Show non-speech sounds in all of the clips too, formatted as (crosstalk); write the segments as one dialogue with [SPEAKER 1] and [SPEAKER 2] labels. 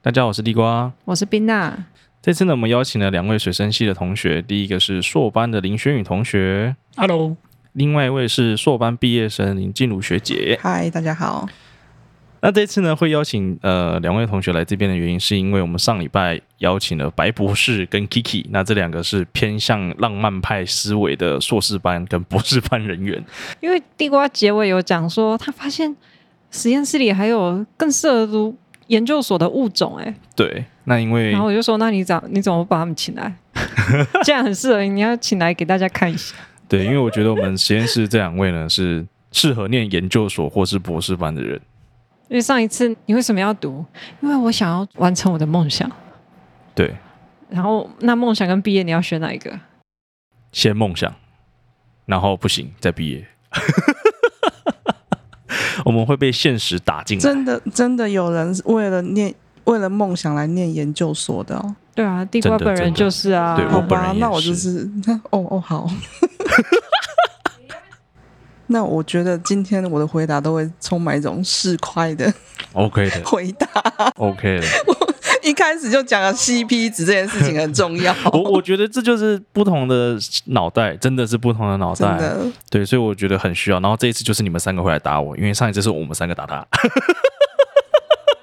[SPEAKER 1] 大家好，我是地瓜。
[SPEAKER 2] 我是冰娜。
[SPEAKER 1] 这次呢，我们邀请了两位水生系的同学，第一个是硕班的林轩宇同学，
[SPEAKER 3] Hello，
[SPEAKER 1] 另外一位是硕班毕业生林静茹学姐。
[SPEAKER 2] 嗨，大家好。
[SPEAKER 1] 那这次呢，会邀请呃两位同学来这边的原因，是因为我们上礼拜邀请了白博士跟 Kiki，那这两个是偏向浪漫派思维的硕士班跟博士班人员。 (laughs)
[SPEAKER 2] 因为地瓜结尾有讲说，他发现实验室里还有更适合读研究所的物种、欸，
[SPEAKER 1] 对，那因为
[SPEAKER 2] 然后我就说，那你怎你怎么把他们
[SPEAKER 1] (laughs)
[SPEAKER 2] 请来？这样很适合，你要请来给大家看一下。
[SPEAKER 1] 对，因为我觉得我们实验室这两位呢是适合念研究所或是博士班的人。
[SPEAKER 2] 因为上一次你为什么要读？因为我想要完成我的梦想。
[SPEAKER 1] 对，
[SPEAKER 2] 然后那梦想跟毕业你要选哪一个？
[SPEAKER 1] 先梦想，然后不行再毕业。 (laughs) 我们会被现实打进来，
[SPEAKER 4] 真的真的有人为了念为了梦想来念研究所的、哦，
[SPEAKER 2] 对啊，地瓜
[SPEAKER 1] 真的
[SPEAKER 2] 本人
[SPEAKER 1] 真的
[SPEAKER 2] 就是啊。
[SPEAKER 1] 对我
[SPEAKER 4] 好
[SPEAKER 1] 本人也？是
[SPEAKER 4] 吧那我就是 (laughs) 哦哦好。那我觉得今天我的回答都会充满一种市侩的
[SPEAKER 1] OK 的 (laughs)
[SPEAKER 4] 回答，
[SPEAKER 1] ，OK 的。
[SPEAKER 4] 一开始就讲了 CP 值这件事情很重要，
[SPEAKER 1] (laughs) 我我觉得这就是不同的脑袋，真的是不同的脑
[SPEAKER 4] 真
[SPEAKER 1] 袋。
[SPEAKER 4] 的
[SPEAKER 1] 对，所以我觉得很需要。然后这一次就是你们三个回来打我，因为上一次是我们三个打他。 (laughs)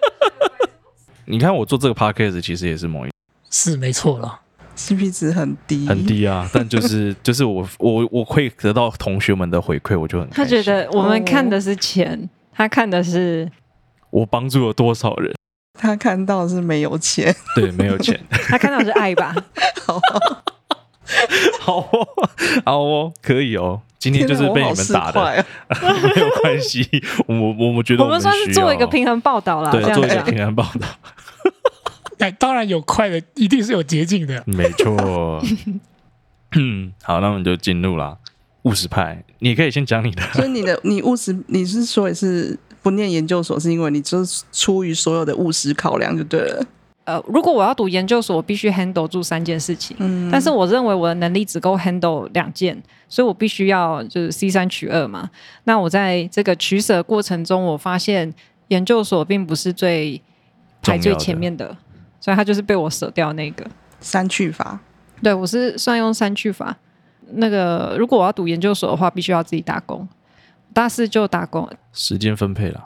[SPEAKER 1] 你看我做这个 podcast 其实也是某一
[SPEAKER 3] 是没错了。
[SPEAKER 4] CP 值很低，
[SPEAKER 1] 很。低啊，但就是 (laughs) 就是我我我会得到同学们的回馈，我就很
[SPEAKER 2] 他
[SPEAKER 1] 开心
[SPEAKER 2] 觉得我们看的是钱，他看的是
[SPEAKER 1] 我帮助了多少人，
[SPEAKER 4] 他看到是没有钱，
[SPEAKER 1] 对，没有钱，
[SPEAKER 2] 他看到的是爱
[SPEAKER 1] (laughs)
[SPEAKER 2] 吧？
[SPEAKER 4] 好，
[SPEAKER 1] 好哦，好哦，可以哦。今天就是被你们打
[SPEAKER 4] 天哪我
[SPEAKER 1] 的，
[SPEAKER 4] 好市侩哦
[SPEAKER 1] (laughs) 没有关系。我我我觉得
[SPEAKER 2] 我们
[SPEAKER 1] 需要
[SPEAKER 2] 算是做一个平衡报道啦，
[SPEAKER 1] 对
[SPEAKER 2] 这样
[SPEAKER 1] 做一个
[SPEAKER 2] 讲。
[SPEAKER 1] 平衡报道，
[SPEAKER 3] 但哎当然有快的，一定是有捷径的。
[SPEAKER 1] 没 (laughs) 错。嗯，好，那我们就进入啦。务实派，你可以先讲你的。
[SPEAKER 4] 所以你的你务实，你是说也是不念研究所，是因为你就是出于所有的务实考量就对了。
[SPEAKER 2] 呃，如果我要读研究所，我必须 handle 住三件事情。
[SPEAKER 4] 嗯
[SPEAKER 2] 但是我认为我的能力只够 handle 两件，所以我必须要就是 C 三取二嘛。那我在这个取舍过程中，我发现研究所并不是最排
[SPEAKER 1] 重
[SPEAKER 2] 最
[SPEAKER 1] 要的
[SPEAKER 2] 前面的，所以它就是被我舍掉那个。
[SPEAKER 4] 删去法，
[SPEAKER 2] 对我是算用删去法。那个如果我要读研究所的话，必须要自己打工。大四就打工，
[SPEAKER 1] 时间分配啦。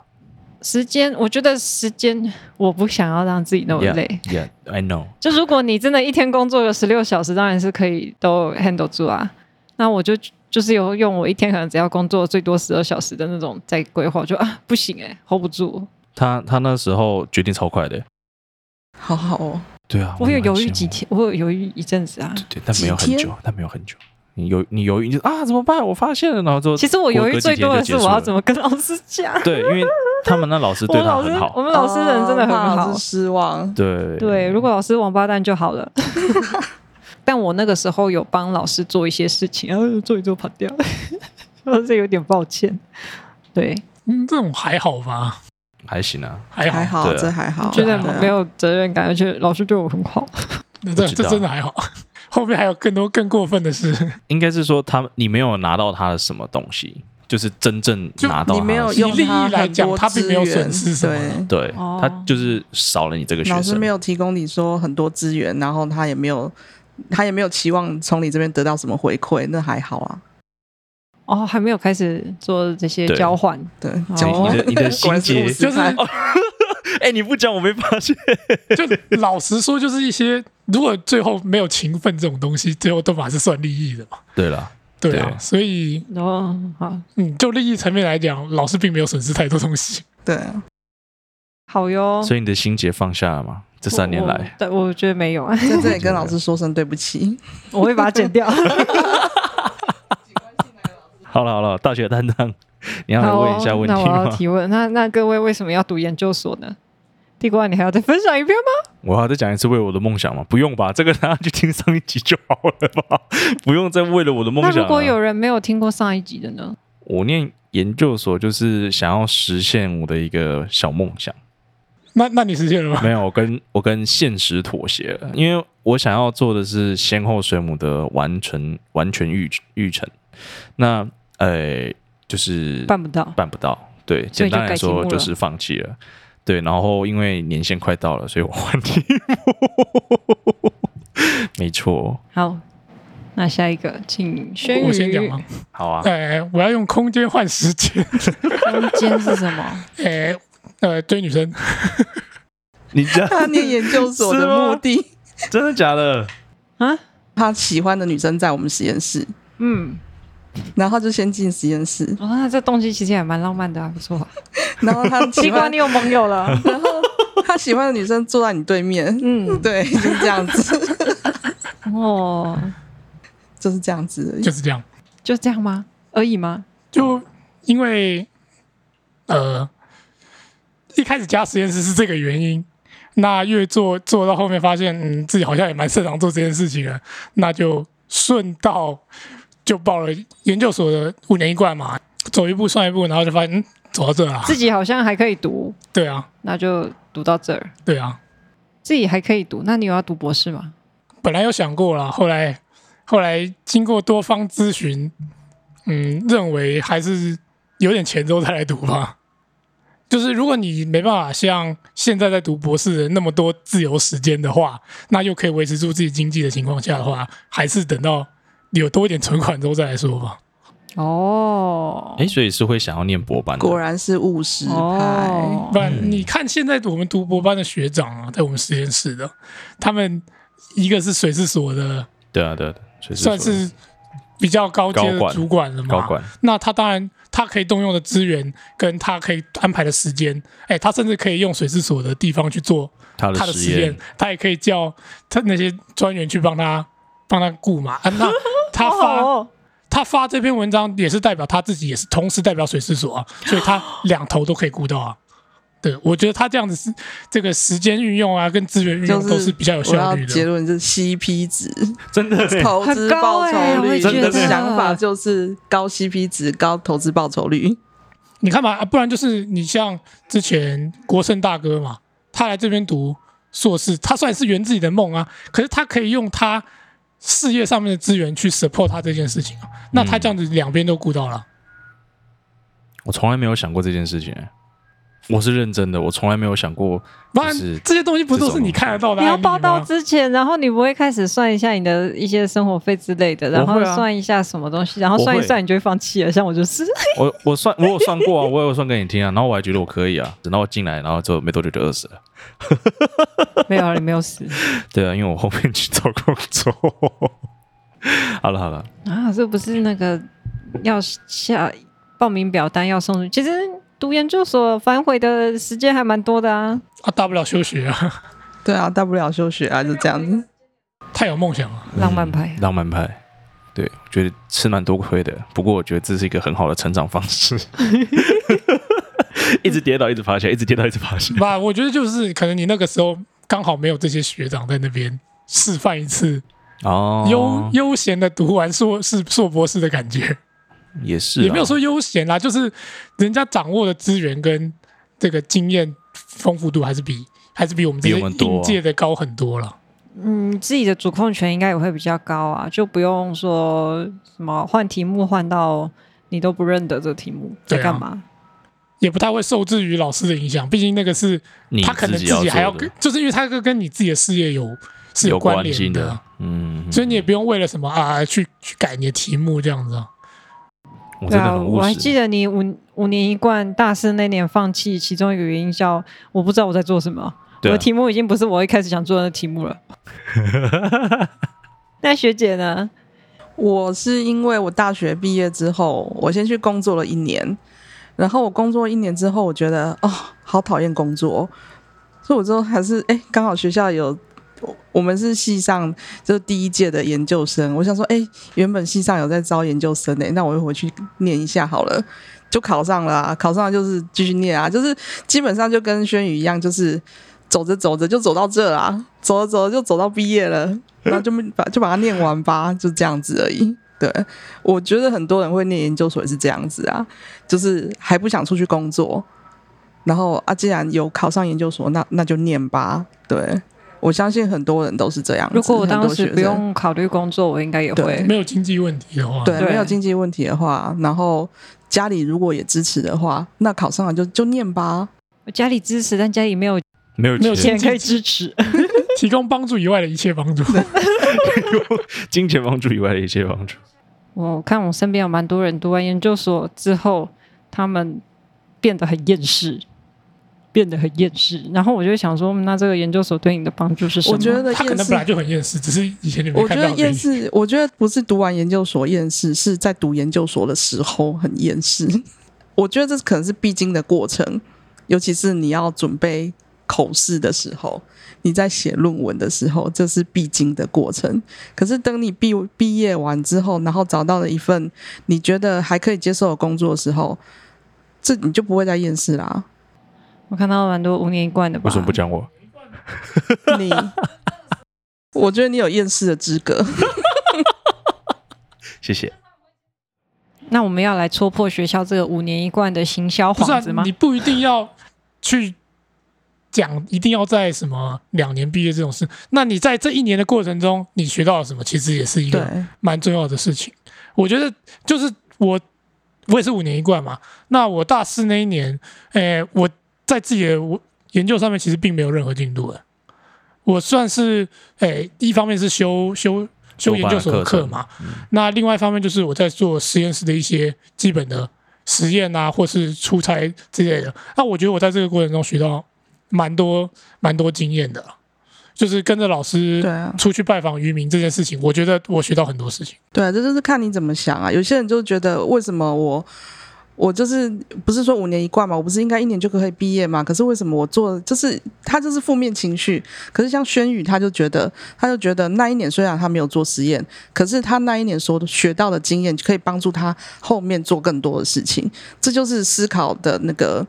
[SPEAKER 2] 时间我觉得时间我不想要让自己那么累。
[SPEAKER 1] Yeah, yeah, I know。
[SPEAKER 2] 就如果你真的一天工作有十六小时，当然是可以都 handle 住啊。那我就就是有用我一天可能只要工作最多十二小时的那种在规划，我就啊不行哎、h o l d 不住，
[SPEAKER 1] 他他那时候决定超快的。
[SPEAKER 4] 好好哦。
[SPEAKER 1] 对啊，
[SPEAKER 2] 我有犹
[SPEAKER 1] 蛮
[SPEAKER 2] 豫
[SPEAKER 1] 羡慕
[SPEAKER 2] 几天，我有犹豫一阵子啊。
[SPEAKER 1] 对，但没有很
[SPEAKER 4] 几
[SPEAKER 1] 久
[SPEAKER 4] 天，
[SPEAKER 1] 但没有很久。你犹你犹豫，你就啊怎么办？我发现了，然后之后
[SPEAKER 2] 其实我犹
[SPEAKER 1] 过
[SPEAKER 2] 豫
[SPEAKER 1] 隔几
[SPEAKER 2] 最
[SPEAKER 1] 天
[SPEAKER 2] 多的是
[SPEAKER 1] 就结束
[SPEAKER 2] 我要
[SPEAKER 1] 了
[SPEAKER 2] 怎么跟老师讲。
[SPEAKER 1] (laughs) 对，因为他们那老师
[SPEAKER 2] 我
[SPEAKER 1] 对
[SPEAKER 2] 们
[SPEAKER 1] 他
[SPEAKER 2] 老师
[SPEAKER 1] 很，
[SPEAKER 2] 我
[SPEAKER 1] 好，
[SPEAKER 2] 们老师人真的很
[SPEAKER 4] 哦怕
[SPEAKER 2] 好
[SPEAKER 4] 老师，失望。
[SPEAKER 1] 对
[SPEAKER 2] 对，如果老师王八蛋就好了。 (laughs) 但我那个时候有帮老师做一些事情，然后做一做跑掉， (laughs) 我是有点抱歉。对，
[SPEAKER 3] 嗯，这种还好吧？
[SPEAKER 1] 还行啊，
[SPEAKER 3] 还好，
[SPEAKER 4] 还好，
[SPEAKER 1] 对啊
[SPEAKER 4] 这还好，
[SPEAKER 2] 觉得
[SPEAKER 4] 对啊
[SPEAKER 2] 没有责任感，而且老师对我很好。
[SPEAKER 3] 那这
[SPEAKER 1] 不知道
[SPEAKER 3] 这真的还好。 (laughs) 后面还有更多更过分的事， (laughs)
[SPEAKER 1] 应该是说他们你没有拿到他的什么东西，就是真正
[SPEAKER 3] 就
[SPEAKER 1] 拿到
[SPEAKER 4] 你
[SPEAKER 1] 他
[SPEAKER 4] 没
[SPEAKER 1] 的
[SPEAKER 4] 有
[SPEAKER 1] 什么
[SPEAKER 4] 用
[SPEAKER 3] 以利益
[SPEAKER 4] 它
[SPEAKER 3] 来讲
[SPEAKER 4] 很多
[SPEAKER 3] 他并没有
[SPEAKER 4] 资源
[SPEAKER 3] 损失什么
[SPEAKER 4] 啊对
[SPEAKER 1] 对
[SPEAKER 2] 哦
[SPEAKER 1] 他就是少了你这个学
[SPEAKER 4] 老师
[SPEAKER 1] 生
[SPEAKER 4] 没，有提供你说很多资源，然后他也没有，他也没有期望从你这边得到什么回馈，那还好啊。
[SPEAKER 2] 哦，还没有开始做这些
[SPEAKER 1] 对
[SPEAKER 2] 交换，
[SPEAKER 4] 对，
[SPEAKER 2] 哦
[SPEAKER 4] 讲
[SPEAKER 1] 你的你的
[SPEAKER 4] 果
[SPEAKER 1] 心
[SPEAKER 4] 然是
[SPEAKER 1] 结
[SPEAKER 4] 务实
[SPEAKER 3] 就是
[SPEAKER 4] 派
[SPEAKER 1] 哎，你不讲我没发
[SPEAKER 2] (laughs)
[SPEAKER 1] 现，
[SPEAKER 3] 就老实说，就是一些如果最后没有情分这种东西，最后都嘛是算利益的嘛。
[SPEAKER 1] 对了，
[SPEAKER 3] 对啊，
[SPEAKER 1] 对
[SPEAKER 3] 所以
[SPEAKER 2] 然后好
[SPEAKER 3] 嗯，就利益层面来讲，老师并没有损失太多东西。
[SPEAKER 4] (laughs)
[SPEAKER 3] (laughs)
[SPEAKER 4] 对，
[SPEAKER 2] 好哟。
[SPEAKER 1] 哦所以你的心结放下了吗？这三年
[SPEAKER 2] 我
[SPEAKER 1] 来，，
[SPEAKER 2] 对，我觉得没有 (laughs) 啊，
[SPEAKER 4] 在这里跟老师说声对
[SPEAKER 1] (laughs)
[SPEAKER 4] 不起。
[SPEAKER 2] 我会把它剪掉。
[SPEAKER 1] 好了好了，大学担当，你要来
[SPEAKER 2] 好哦
[SPEAKER 1] 问一下问题
[SPEAKER 2] 那我要
[SPEAKER 1] 吗？
[SPEAKER 2] 提问，那那各位为什么要读研究所呢？地瓜，你还要再分享一遍吗？
[SPEAKER 1] 我要再讲一次为我的梦想吗？不用吧，这个大家去听上一集就好了吧， (laughs) 不用再为了我的梦
[SPEAKER 2] 那
[SPEAKER 1] 想了。啊
[SPEAKER 2] 如果有人没有听过上一集的呢？
[SPEAKER 1] 我念研究所，就是想要实现我的一个小梦想。
[SPEAKER 3] 那那你实现了吗？
[SPEAKER 1] 没有，我跟我跟现实妥协了，因为我想要做的是先后水母的完成完全育育成。那呃，就是
[SPEAKER 2] 办不到。
[SPEAKER 1] 办不到。对，
[SPEAKER 2] 所
[SPEAKER 1] 简
[SPEAKER 2] 以就
[SPEAKER 1] 单来
[SPEAKER 2] 改题
[SPEAKER 1] 说
[SPEAKER 2] 目
[SPEAKER 1] 就
[SPEAKER 2] 了
[SPEAKER 1] 是放弃了。对，然后因为年限快到了，所以我换题目。 (laughs) 没错，
[SPEAKER 2] 好，那下一个，请轩宇。
[SPEAKER 3] 我先讲吗？
[SPEAKER 1] 好啊，
[SPEAKER 3] 哎、我要用空间换时间。 (laughs)
[SPEAKER 2] 空间是什么？
[SPEAKER 3] 哎、呃，追女生，
[SPEAKER 1] 你这
[SPEAKER 4] 他念研究所
[SPEAKER 1] 是
[SPEAKER 4] 的
[SPEAKER 1] 吗
[SPEAKER 4] 目的，
[SPEAKER 1] 真的假的？
[SPEAKER 2] (laughs) 啊？
[SPEAKER 4] 他喜欢的女生在我们实验室，
[SPEAKER 2] 嗯，
[SPEAKER 4] 然后他就先进实验室，
[SPEAKER 2] 哦，那这东西其实也蛮浪漫的、啊，不错、啊。
[SPEAKER 4] 然后他
[SPEAKER 2] 西
[SPEAKER 4] 喜
[SPEAKER 2] 瓜，
[SPEAKER 4] 欢
[SPEAKER 2] 你有盟友了。
[SPEAKER 4] 然后 (laughs) 他喜欢的女生坐在你对面，
[SPEAKER 2] 嗯，
[SPEAKER 4] (laughs) 对，就是这样子，
[SPEAKER 2] (laughs)
[SPEAKER 4] (laughs)
[SPEAKER 2] 哦，
[SPEAKER 4] 就是这样子而已，
[SPEAKER 3] 就是这样。
[SPEAKER 2] 就这样吗？而已吗？
[SPEAKER 3] 就因为呃，一开始加实验室是这个原因。那越做做到后面，发现嗯自己好像也蛮擅长做这件事情了，那就顺道就报了研究所的五年一贯嘛，走一步算一步，然后就发现嗯走到这了啊，
[SPEAKER 2] 自己好像还可以读，
[SPEAKER 3] 对啊
[SPEAKER 2] 那就读到这儿。
[SPEAKER 3] 对啊，
[SPEAKER 2] 自己还可以读，那你有要读博士吗？
[SPEAKER 3] 本来有想过啦，后来后来经过多方咨询，嗯，认为还是有点钱之后再来读吧。就是如果你没办法像现在在读博士的那么多自由时间的话，那又可以维持住自己经济的情况下的话，还是等到有多一点存款之后再来说吧。
[SPEAKER 2] 哦，
[SPEAKER 1] 哎，所以是会想要念博班的
[SPEAKER 4] 果，然是务实派，
[SPEAKER 2] 哦
[SPEAKER 3] 不，然你看现在我们读博班的学长啊，在我们实验室的，他们一个是水事所的，
[SPEAKER 1] 对啊，对啊，对所以
[SPEAKER 3] 算
[SPEAKER 1] 说
[SPEAKER 3] 是啊比较高阶
[SPEAKER 1] 高
[SPEAKER 3] 的
[SPEAKER 1] 管
[SPEAKER 3] 主管了嘛，
[SPEAKER 1] 高管，
[SPEAKER 3] 那他当然，他可以动用的资源，跟他可以安排的时间，哎，他甚至可以用水事所的地方去做
[SPEAKER 1] 他的
[SPEAKER 3] 他的
[SPEAKER 1] 实
[SPEAKER 3] 实验
[SPEAKER 1] 验，，
[SPEAKER 3] 他也可以叫他那些专员去帮他帮他顾嘛。啊、
[SPEAKER 4] (laughs)
[SPEAKER 3] 那他发
[SPEAKER 2] 哦
[SPEAKER 3] 他发这篇文章，也是代表他自己，也是同时代表水事所啊，所以他两头都可以顾到啊。对，我觉得他这样子是这个时间运用啊，跟资源运
[SPEAKER 4] 就
[SPEAKER 3] 用都是比较有
[SPEAKER 4] 我
[SPEAKER 3] 效
[SPEAKER 4] 要
[SPEAKER 3] 率
[SPEAKER 4] 结
[SPEAKER 3] 的。
[SPEAKER 4] 论是 CP 值，
[SPEAKER 1] 真的耶
[SPEAKER 4] 投
[SPEAKER 2] 很
[SPEAKER 4] 资
[SPEAKER 2] 高
[SPEAKER 4] 报
[SPEAKER 2] 欸
[SPEAKER 4] 酬
[SPEAKER 2] 我
[SPEAKER 4] 率
[SPEAKER 2] 也
[SPEAKER 1] 觉得
[SPEAKER 4] 的想法就是高 CP 值、高投资报酬率。
[SPEAKER 3] 你看嘛，啊不然就是你像之前国胜大哥嘛，他来这边读硕士，他虽然是圆自己的梦啊，可是他可以用他事业上面的资源去 support 他这件事情啊。那他这样子两边都顾到
[SPEAKER 1] 嗯
[SPEAKER 3] 了，啊
[SPEAKER 1] 我从来没有想过这件事情耶，我是认真的，我从来没有想过，
[SPEAKER 3] 不
[SPEAKER 1] 就
[SPEAKER 3] 然
[SPEAKER 1] 是
[SPEAKER 3] 这些东西不都是你看得到的
[SPEAKER 2] 你
[SPEAKER 3] 案
[SPEAKER 2] 要
[SPEAKER 3] 例
[SPEAKER 2] 报道
[SPEAKER 3] 吗？
[SPEAKER 2] 之前，然后你不会开始算一下你的一些生活费之类的，然
[SPEAKER 1] 我
[SPEAKER 2] 后
[SPEAKER 1] 会啊
[SPEAKER 2] 算一下什么东西，然后
[SPEAKER 1] 我会
[SPEAKER 2] 算一算你就会放弃了。像我就是，
[SPEAKER 1] 我我算我有算过啊，我有算给你听啊，然后我还觉得我可以啊，等到我进来，然后之后没多久就饿死了。
[SPEAKER 2] (laughs) 没有啊，你没有死
[SPEAKER 1] 对啊，因为我后面去找工作。 (laughs) 好了好了，
[SPEAKER 2] (laughs) 啊，这不是那个要下报名表单要送出去。其实读研究所反悔的时间还蛮多的啊。
[SPEAKER 3] 啊，大不了休学啊， (laughs)
[SPEAKER 4] 对啊，大不了休学啊，就这样子。
[SPEAKER 3] 太有梦想
[SPEAKER 1] (laughs)
[SPEAKER 3] 了。
[SPEAKER 2] 浪漫派
[SPEAKER 3] 啊
[SPEAKER 1] 嗯浪漫派，对，我觉得吃蛮多亏的。不过我觉得这是一个很好的成长方式， (laughs) 一直跌倒，一直爬起来，一直跌倒，一直爬起来。
[SPEAKER 3] 不，我觉得就是可能你那个时候刚好没有这些学长在那边示范一次
[SPEAKER 1] 哦，
[SPEAKER 3] 悠悠闲的读完硕士硕博士的感觉。
[SPEAKER 1] 也是、啊，
[SPEAKER 3] 也没有说悠闲啦，就是人家掌握的资源跟这个经验丰富度还是比还是比我们这
[SPEAKER 1] 比
[SPEAKER 3] 些
[SPEAKER 1] 我们多
[SPEAKER 3] 应届的高很多了。
[SPEAKER 2] 嗯，自己的主控权应该也会比较高啊，就不用说什么换题目换到你都不认得这题目在
[SPEAKER 3] 对啊
[SPEAKER 2] 干嘛。
[SPEAKER 3] 也不太会受制于老师的影响，毕竟那个是
[SPEAKER 1] 你
[SPEAKER 3] 他可能
[SPEAKER 1] 自
[SPEAKER 3] 自己还要
[SPEAKER 1] 做的
[SPEAKER 3] 跟，就是因为他跟跟你自己的事业有是
[SPEAKER 1] 有
[SPEAKER 3] 关
[SPEAKER 1] 关
[SPEAKER 3] 联
[SPEAKER 1] 系
[SPEAKER 3] 的，，
[SPEAKER 1] 嗯，
[SPEAKER 3] 所以你也不用为了什么啊去去改你的题目这样子啊。
[SPEAKER 1] 嗯我
[SPEAKER 2] 对
[SPEAKER 1] 真的
[SPEAKER 2] 啊，
[SPEAKER 1] 很务
[SPEAKER 2] 我还
[SPEAKER 1] 实
[SPEAKER 2] 记。得你五五年一贯大四那年放弃，其中一个原因叫我不知道我在做什么，我
[SPEAKER 1] 对啊
[SPEAKER 2] 的题目已经不是我一开始想做的题
[SPEAKER 1] (laughs)
[SPEAKER 2] 目了。那学姐呢？
[SPEAKER 4] 我是因为我大学毕业之后，我先去工作了一年，然后我工作一年之后，我觉得哦，好讨厌工作，所以我之后还是哎，刚好学校有。我我们是系上就是第一届的研究生，我想说，哎、原本系上有在招研究生欸诶、那我就回去念一下好了，就考上了、啊，考上了就是继续念啊，就是基本上就跟轩宇一样，就是走着走着就走到这啊，走着走着就走到毕业了， (laughs) 然后就把就把它念完吧，就这样子而已。对，我觉得很多人会念研究所也是这样子啊，就是还不想出去工作，然后啊，既然有考上研究所，那那就念吧。对，我相信很多人都是这样子。
[SPEAKER 2] 如果我当
[SPEAKER 4] 很多
[SPEAKER 2] 时
[SPEAKER 4] 学
[SPEAKER 2] 不
[SPEAKER 4] 生
[SPEAKER 2] 用考虑工作，我应该也会
[SPEAKER 4] 对。
[SPEAKER 3] 没有经济问题的话，
[SPEAKER 4] 对
[SPEAKER 2] 对
[SPEAKER 4] 没有经济问题的话，然后家里如果也支持的话，那考上了就就念吧。
[SPEAKER 2] 我家里支持，但家里没有
[SPEAKER 1] 没有
[SPEAKER 3] 没有
[SPEAKER 1] 钱，
[SPEAKER 2] 钱可以支持。
[SPEAKER 3] 提供帮助以外的一切帮助。
[SPEAKER 1] (laughs) 金钱帮助以外的一切帮助。
[SPEAKER 2] 我看我身边有蛮多人读完研究所之后，他们变得很厌世，变得很厌世。然后我就会想说，嗯那这个研究所对你的帮助是什么？
[SPEAKER 4] 我觉得 E
[SPEAKER 3] 他可
[SPEAKER 4] 厌
[SPEAKER 3] 能本来
[SPEAKER 4] 世，
[SPEAKER 3] 就很厌世，只是以前你没
[SPEAKER 4] 我觉
[SPEAKER 3] 看到
[SPEAKER 4] 得
[SPEAKER 3] 而已。
[SPEAKER 4] 厌世，我觉得不是读完研究所厌世，是在读研究所的时候很厌世。我觉得这可能是必经的过程，尤其是你要准备口试的时候，你在写论文的时候，这是必经的过程。可是等你毕毕业完之后，然后找到了一份你觉得还可以接受的工作的时候，这你就不会再厌世啦。
[SPEAKER 2] 我看到蛮多五年一贯的吧？
[SPEAKER 1] 为什么不讲我？
[SPEAKER 4] 你，我觉得你有厌世的资
[SPEAKER 3] (laughs)
[SPEAKER 4] 格。
[SPEAKER 1] 谢谢。
[SPEAKER 2] 那我们要来戳破学校这个五年一贯的行销
[SPEAKER 3] 不是、
[SPEAKER 2] 幌子
[SPEAKER 3] 啊
[SPEAKER 2] 吗？，
[SPEAKER 3] 你不一定要去讲，一定要在什么两年毕业这种事。那你在这一年的过程中，你学到了什么，其实也是一
[SPEAKER 4] 对
[SPEAKER 3] 个，蛮重要的事情。我觉得就是我，我也是五年一贯嘛。那我大四那一年，诶、我在自己的我研究上面其实并没有任何进度的。我算是诶、一方面是修修修研究所的课嗯嘛，那另外一方面就是我在做实验室的一些基本的实验啊，或是出差之类的。那我觉得我在这个过程中学到蛮多蛮多经验的，就是跟着老师
[SPEAKER 4] 对啊，
[SPEAKER 3] 出去拜访渔民这件事情，我觉得我学到很多事情。
[SPEAKER 4] 对啊，这就是看你怎么想啊。有些人就觉得，为什么我我就是不是说五年一贯嘛？我不是应该一年就可以毕业嘛？可是为什么我做就是他就是负面情绪？可是像轩宇，他就觉得他就觉得那一年虽然他没有做实验，可是他那一年所学到的经验可以帮助他后面做更多的事情。这就是思考的那个。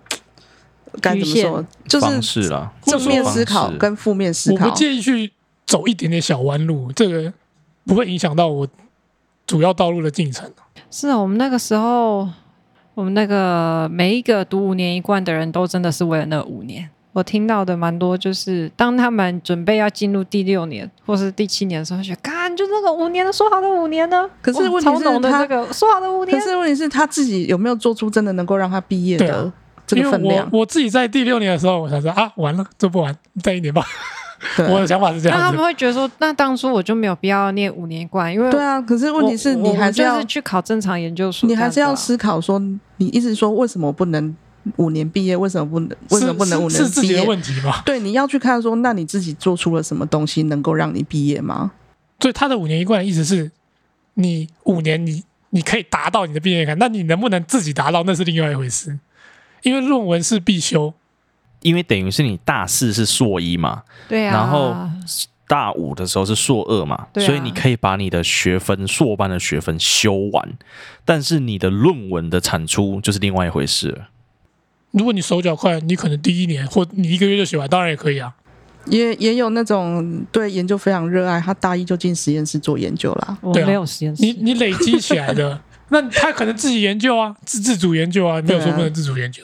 [SPEAKER 4] 该怎么
[SPEAKER 2] 局限
[SPEAKER 4] 说？就
[SPEAKER 1] 方
[SPEAKER 4] 是
[SPEAKER 1] 式啦，
[SPEAKER 4] 正面思考
[SPEAKER 1] 方式
[SPEAKER 4] 跟负面思
[SPEAKER 3] 我
[SPEAKER 4] 考。
[SPEAKER 3] 不介意去走一点点小弯路，这个不会影响到我主要道路的进程。
[SPEAKER 2] 是啊，我们那个时候，我们那个每一个读五年一贯的人都真的是为了那五年。我听到的蛮多，就是当他们准备要进入第六年或是第七年的时候，觉得，干就那个五年的说好的五年呢？哦
[SPEAKER 4] 可是
[SPEAKER 2] 哇
[SPEAKER 4] 问题
[SPEAKER 2] 超
[SPEAKER 4] 是
[SPEAKER 2] 浓的
[SPEAKER 4] 他
[SPEAKER 2] 那个说好的五年
[SPEAKER 4] 可，是问题是他自己有没有做出真的能够让他毕业
[SPEAKER 3] 对
[SPEAKER 4] 的
[SPEAKER 3] 啊
[SPEAKER 4] 这
[SPEAKER 3] 因
[SPEAKER 4] 个
[SPEAKER 3] 为
[SPEAKER 4] 分量？
[SPEAKER 3] 我我自己在第六年的时候，我想说啊，完了，做不完，再一年
[SPEAKER 4] (laughs)
[SPEAKER 3] 吧。
[SPEAKER 4] 对
[SPEAKER 3] 我的想法是这
[SPEAKER 2] 那他
[SPEAKER 3] 样子
[SPEAKER 2] 们。会觉得说，那当初我就没有必要念五年一贯，因为
[SPEAKER 4] 对啊，可是问题是
[SPEAKER 2] 我
[SPEAKER 4] 你还是
[SPEAKER 2] 我
[SPEAKER 4] 要
[SPEAKER 2] 就，是去考正常研究所，
[SPEAKER 4] 你还是要
[SPEAKER 3] 啊
[SPEAKER 2] 是
[SPEAKER 4] 思考说，你一直说为什么不能五年毕业，为什么不能，为什么不能五
[SPEAKER 3] 是是
[SPEAKER 4] 年
[SPEAKER 3] 是自
[SPEAKER 4] 毕
[SPEAKER 3] 己的
[SPEAKER 4] 业？
[SPEAKER 3] 问题嘛？
[SPEAKER 4] 对，你要去看说，那你自己做出了什么东西能够让你毕业吗？
[SPEAKER 3] 所以他的五年一贯的意思是，你五年你你可以达到你的毕业感，那你能不能自己达到那是另外一回事。因为论文是必修，
[SPEAKER 1] 因为等于是你大四是硕一嘛，
[SPEAKER 2] 对啊，
[SPEAKER 1] 然后大五的时候是硕二嘛，
[SPEAKER 2] 对啊
[SPEAKER 1] 所以你可以把你的学分硕班的学分修完，但是你的论文的产出就是另外一回事了。
[SPEAKER 3] 如果你手脚快，你可能第一年或你一个月就写完，当然也可以啊。
[SPEAKER 4] 也也有那种对研究非常热爱，他大一就进实验室做研究啦。
[SPEAKER 2] 我
[SPEAKER 3] 对啊
[SPEAKER 2] 没有实验室，
[SPEAKER 3] 你你累积起来的，那他可能自己研究啊，自自主研究啊，没有说不能自主研究。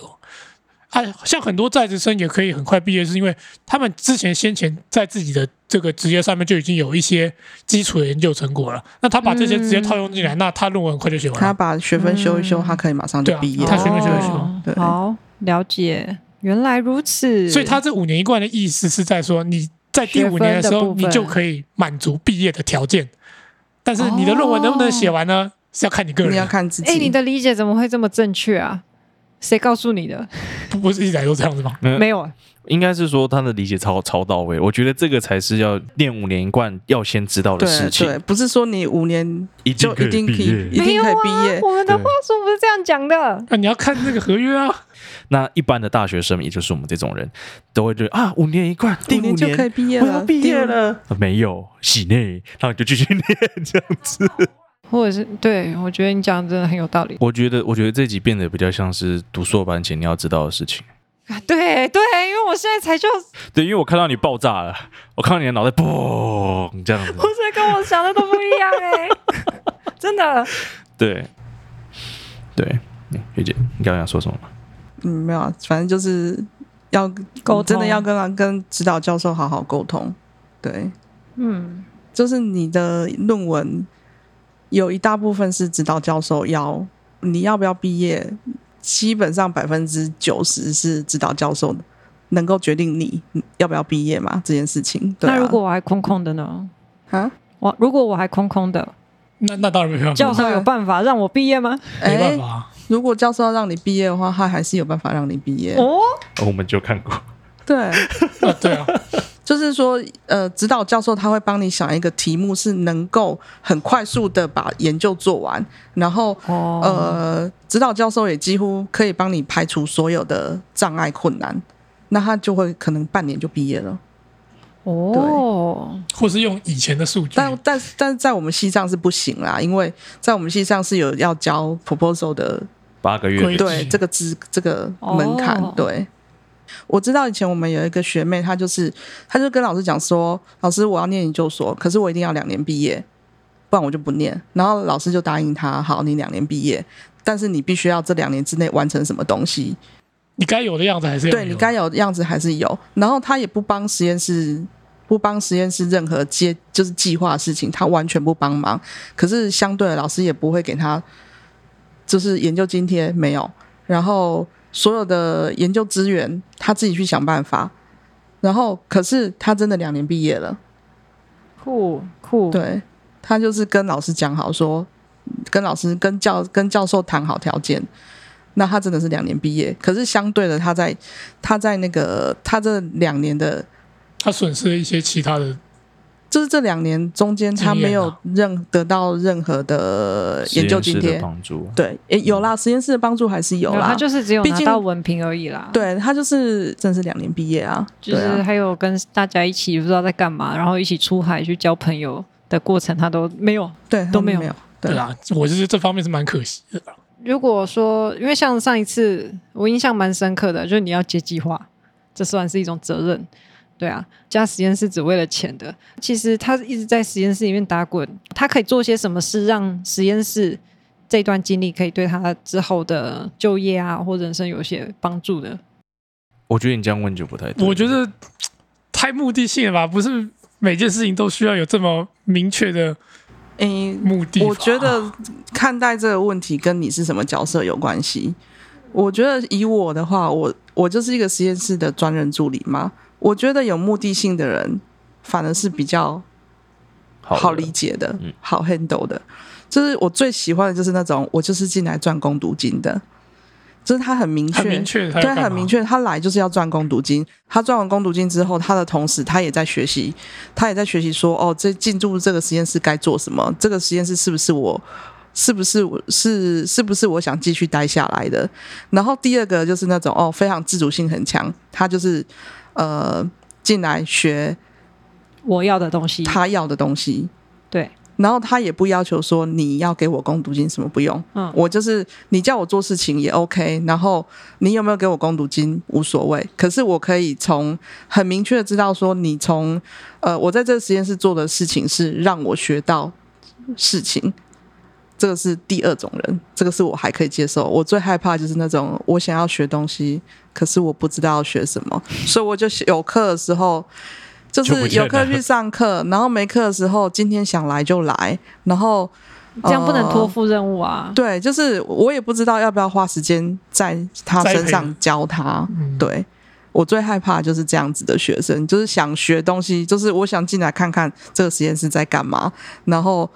[SPEAKER 3] 啊，像很多在职生也可以很快毕业，是因为他们之前先前在自己的这个职业上面就已经有一些基础的研究成果了。那他把这些直接套用进来，那他论文很快就写完
[SPEAKER 4] 他
[SPEAKER 3] 了。
[SPEAKER 4] 把学分修一修，
[SPEAKER 2] 嗯
[SPEAKER 4] 他可以马上就
[SPEAKER 3] 对啊
[SPEAKER 4] 毕业。
[SPEAKER 3] 他学分修一修
[SPEAKER 2] 哦
[SPEAKER 4] 对
[SPEAKER 2] 好了解，原来如此，
[SPEAKER 3] 所以他这五年一贯的意思是在说，你在第五年的时
[SPEAKER 2] 学分的
[SPEAKER 3] 候，
[SPEAKER 2] 部分
[SPEAKER 3] 你就可以满足毕业的条件，但是你的论文能不能写完呢？是要看你个人
[SPEAKER 4] 你
[SPEAKER 3] 的。
[SPEAKER 4] 要看自己。
[SPEAKER 2] 哎、你的理解怎么会这么正确啊？谁告诉你的？
[SPEAKER 3] 不不是一直以来都这样子吗？
[SPEAKER 1] 没
[SPEAKER 4] 呃
[SPEAKER 1] 有
[SPEAKER 2] 没有啊，
[SPEAKER 1] 应该是说他的理解超超到位，我觉得这个才是要练五年一贯要先知道的
[SPEAKER 4] 对
[SPEAKER 1] 事
[SPEAKER 4] 对，
[SPEAKER 1] 情，
[SPEAKER 4] 不是说你五年
[SPEAKER 1] 一
[SPEAKER 4] 就一
[SPEAKER 1] 定
[SPEAKER 4] 定
[SPEAKER 1] 可以毕
[SPEAKER 4] 可以，一
[SPEAKER 1] 业。
[SPEAKER 2] 没
[SPEAKER 4] 定
[SPEAKER 2] 有
[SPEAKER 4] 可
[SPEAKER 2] 啊
[SPEAKER 4] 以毕业。
[SPEAKER 2] 我们的话术不是这样讲的。
[SPEAKER 3] 那、你要看那个合约啊。
[SPEAKER 1] 那一般的大学生，也就是我们这种人，都会觉得啊，五年一贯，第
[SPEAKER 4] 五年就可以毕业
[SPEAKER 1] 我
[SPEAKER 4] 了，
[SPEAKER 1] 要毕业
[SPEAKER 4] 第五年。
[SPEAKER 1] 了，啊没有洗内，然后你就继续念这样子。
[SPEAKER 2] 或者是对，我觉得你讲的真的很有
[SPEAKER 4] (laughs)
[SPEAKER 2] 道理。
[SPEAKER 1] 我觉得，我觉得这集变得比较像是读硕班前你要知道的事情。
[SPEAKER 2] 啊对对，因为我现在才就，我
[SPEAKER 1] 对，因为我看到你爆炸了，我看到你的脑袋嘣这样子。 (laughs)
[SPEAKER 2] 现在跟我想的都不一样
[SPEAKER 4] (laughs)
[SPEAKER 2] 哎、真的。
[SPEAKER 1] 对，对，嗯学姐，你刚刚想说什么？
[SPEAKER 4] 嗯，没有啊，反正就是要
[SPEAKER 2] 沟通
[SPEAKER 4] 真的要跟跟指导教授好好沟通。对，
[SPEAKER 2] 嗯，
[SPEAKER 4] 就是你的论文有一大部分是指导教授要你要不要毕业，基本上百分之九十是指导教授能够决定你要不要毕业嘛这件事情。对啊
[SPEAKER 2] 那如果我还空空的呢？
[SPEAKER 4] 啊，
[SPEAKER 2] 我如果我还空空的，
[SPEAKER 4] 嗯
[SPEAKER 3] 那那当然没办
[SPEAKER 2] 教
[SPEAKER 3] 法，
[SPEAKER 2] 授有办法让我毕业吗？
[SPEAKER 3] 没
[SPEAKER 4] 哎
[SPEAKER 3] 办法啊。
[SPEAKER 4] 如果教授要让你毕业的话，他还是有办法让你毕业。
[SPEAKER 2] 哦，
[SPEAKER 1] 哦我们就看过，
[SPEAKER 4] 对，
[SPEAKER 3] 啊对啊，
[SPEAKER 4] 就是说，呃，指导教授他会帮你想一个题目，是能够很快速的把研究做完，然后
[SPEAKER 2] 哦，
[SPEAKER 4] 呃，指导教授也几乎可以帮你排除所有的障碍困难，那他就会可能半年就毕业了。
[SPEAKER 2] 哦，
[SPEAKER 3] 或是用以前的数据，
[SPEAKER 4] 但但但是在我们系上是不行啦，因为在我们系上是有要交 proposal 的，
[SPEAKER 1] (laughs) 八个月
[SPEAKER 3] 鬼
[SPEAKER 1] 的
[SPEAKER 4] 对
[SPEAKER 3] 是
[SPEAKER 4] 这个资这个门槛，
[SPEAKER 2] 哦
[SPEAKER 4] 对。我知道以前我们有一个学妹，她就是，她就跟老师讲说，老师我要念研究所，可是我一定要两年毕业，不然我就不念。然后老师就答应她，好，你两年毕业，但是你必须要这两年之内完成什么东西。
[SPEAKER 3] 你该有的样子还是要
[SPEAKER 4] 对
[SPEAKER 3] 有
[SPEAKER 4] 你该有的样子还是有。然后他也不帮实验室，不帮实验室任何接就是计划的事情，他完全不帮忙。可是相对的，老师也不会给他就是研究津贴没有，然后所有的研究资源他自己去想办法。然后可是他真的两年毕业了，
[SPEAKER 2] 酷酷，
[SPEAKER 4] 对他就是跟老师讲好说，跟老师跟教跟教授谈好条件。那他真的是两年毕业，可是相对的，他在他在那个他这两年的，
[SPEAKER 3] 他损失了一些其他的，
[SPEAKER 4] 就是这两年中间，他没有任得到任何的嗯
[SPEAKER 1] 实
[SPEAKER 4] 研
[SPEAKER 1] 验
[SPEAKER 4] 究
[SPEAKER 1] 室
[SPEAKER 4] 津
[SPEAKER 1] 的
[SPEAKER 4] 贴。
[SPEAKER 1] 帮助，
[SPEAKER 4] 对，也有啦，实验室的帮助还是有
[SPEAKER 2] 没
[SPEAKER 4] 啦。
[SPEAKER 2] 他就是只有
[SPEAKER 4] 毕
[SPEAKER 2] 拿
[SPEAKER 4] 竟
[SPEAKER 2] 到文凭而已啦。，
[SPEAKER 4] 对他就是真的是两年毕业啊，
[SPEAKER 2] 就
[SPEAKER 4] 对
[SPEAKER 2] 是
[SPEAKER 4] 啊，
[SPEAKER 2] 还有跟大家一起不知道在干嘛，然后一起出海去交朋友的过程，他都没有。
[SPEAKER 4] 对
[SPEAKER 2] 都没有
[SPEAKER 4] 有，有
[SPEAKER 3] 对
[SPEAKER 4] 对
[SPEAKER 3] 啊，我就是这方面是蛮可惜的啦。
[SPEAKER 2] 如果说，因为像上一次我印象蛮深刻的，就是你要接计划，这算是一种责任，对啊。加实验室只为了钱的，其实他一直在实验室里面打滚，他可以做些什么事让实验室这段经历可以对他之后的就业啊或人生有些帮助的？
[SPEAKER 1] 我觉得你这样问就不太对。
[SPEAKER 3] 我觉得太目的性了吧，不是每件事情都需要有这么明确的
[SPEAKER 4] 诶，
[SPEAKER 3] 目的吧。
[SPEAKER 4] 我觉得看待这个问题跟你是什么角色有关系。我觉得以我的话，我我就是一个实验室的专任助理嘛。我觉得有目的性的人，反而是比较
[SPEAKER 1] 好
[SPEAKER 4] 好
[SPEAKER 1] 的
[SPEAKER 4] 理解的
[SPEAKER 1] 嗯，
[SPEAKER 4] 好 handle 的。就是我最喜欢的就是那种，我就是进来赚工读金的，就是他很明确，
[SPEAKER 3] 很明确，他要
[SPEAKER 4] 对，
[SPEAKER 3] 干嘛
[SPEAKER 4] 很明。确，他来就是要赚工读金。他赚完工读金之后，他的同时他也在学习，他也在学习说，哦，这进入这个实验室该做什么？这个实验室是不是我？是不是我是是不是我想继续待下来的？然后第二个就是那种哦，非常自主性很强，他就是呃进来学
[SPEAKER 2] 我要的东西，
[SPEAKER 4] 他要的东西，
[SPEAKER 2] 对，
[SPEAKER 4] 然后他也不要求说你要给我工读金什么不用，
[SPEAKER 2] 嗯
[SPEAKER 4] 我就是你叫我做事情也 OK，然后你有没有给我工读金无所谓，可是我可以从很明确的知道说你从呃我在这个实验室做的事情是让我学到事情。这个是第二种人，这个是我还可以接受。我最害怕就是那种我想要学东西，可是我不知道要学什么，所以我就有课的时候，就
[SPEAKER 1] 就不
[SPEAKER 4] 是
[SPEAKER 1] 见
[SPEAKER 4] 有课
[SPEAKER 1] 了
[SPEAKER 4] 去上课，然后没课的时候，今天想来就来，然后
[SPEAKER 2] 这样不能哦托
[SPEAKER 4] 呃
[SPEAKER 2] 付任务啊。
[SPEAKER 4] 对，就是我也不知道要不要花时间在他身
[SPEAKER 3] 栽培
[SPEAKER 4] 上教他。
[SPEAKER 3] 嗯，
[SPEAKER 4] 对我最害怕就是这样子的学生，就是想学东西，就是我想进来看看这个实验室在干嘛，然后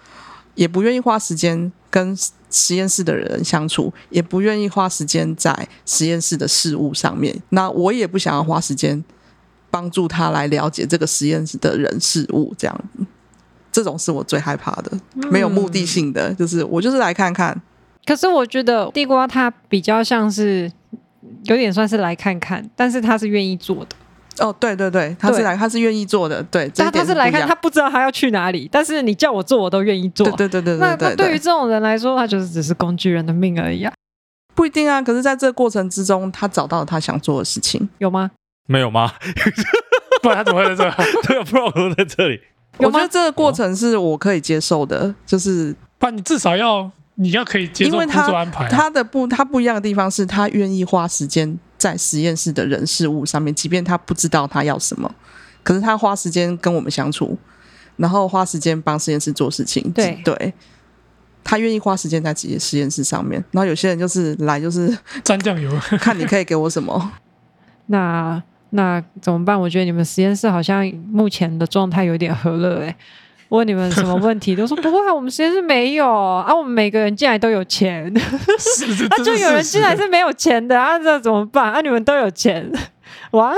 [SPEAKER 4] 也不愿意花时间跟实验室的人相处，也不愿意花时间在实验室的事物上面。那我也不想要花时间帮助他来了解这个实验室的人事物，这样。这种是我最害怕的，没有目
[SPEAKER 3] 嗯
[SPEAKER 4] 的性的，就是我就是来看看，
[SPEAKER 2] 可是我觉得地瓜它比较像是有点算是来看看，但是他是愿意做的。
[SPEAKER 4] 哦，对对对，他是
[SPEAKER 2] 对
[SPEAKER 4] 来，他是愿意做的，对，这一
[SPEAKER 2] 他他
[SPEAKER 4] 点
[SPEAKER 2] 是来
[SPEAKER 4] 不一
[SPEAKER 2] 看，
[SPEAKER 4] 样
[SPEAKER 2] 他不知道他要去哪里，但是你叫我做，我都愿意做。
[SPEAKER 4] 对对对对
[SPEAKER 2] 那
[SPEAKER 4] 对
[SPEAKER 2] 那
[SPEAKER 4] 对
[SPEAKER 2] 对于这种人来说，他就是只是工具人的命而已啊，
[SPEAKER 4] 不一定啊。可是，在这个过程之中，他找到了他想做的事情。
[SPEAKER 2] 有吗？
[SPEAKER 1] 没有吗？ (laughs)
[SPEAKER 3] 不然他怎么会在这？
[SPEAKER 1] 对啊，不然我都在这里。
[SPEAKER 2] 有
[SPEAKER 4] 我
[SPEAKER 2] 吗
[SPEAKER 4] 觉得这个过程是我可以接受的，就是
[SPEAKER 3] 不然你至少要你要可以接受
[SPEAKER 4] 因为
[SPEAKER 3] 工
[SPEAKER 4] 他
[SPEAKER 3] 作安排啊、
[SPEAKER 4] 他的不，他不一样的地方是他愿意花时间在实验室的人事物上面，即便他不知道他要什么，可是他花时间跟我们相处，然后花时间帮实验室做事情。
[SPEAKER 2] 对
[SPEAKER 4] 对，他愿意花时间在自己的实验室上面。然后有些人就是来就是 (laughs)
[SPEAKER 3] 沾酱油， (laughs)
[SPEAKER 4] 看你可以给我什么，
[SPEAKER 2] 那那怎么办？我觉得你们实验室好像目前的状态有点和乐哎、问你们什么问题都说不会啊，我们实验室没有啊，我们每个人进来都有钱， (laughs)
[SPEAKER 3] 是是，
[SPEAKER 2] 那、
[SPEAKER 3] 这
[SPEAKER 2] 就是有人
[SPEAKER 3] 事实
[SPEAKER 2] 进来是没有钱的啊，这怎么办？啊，你们都有钱， (laughs) 哇，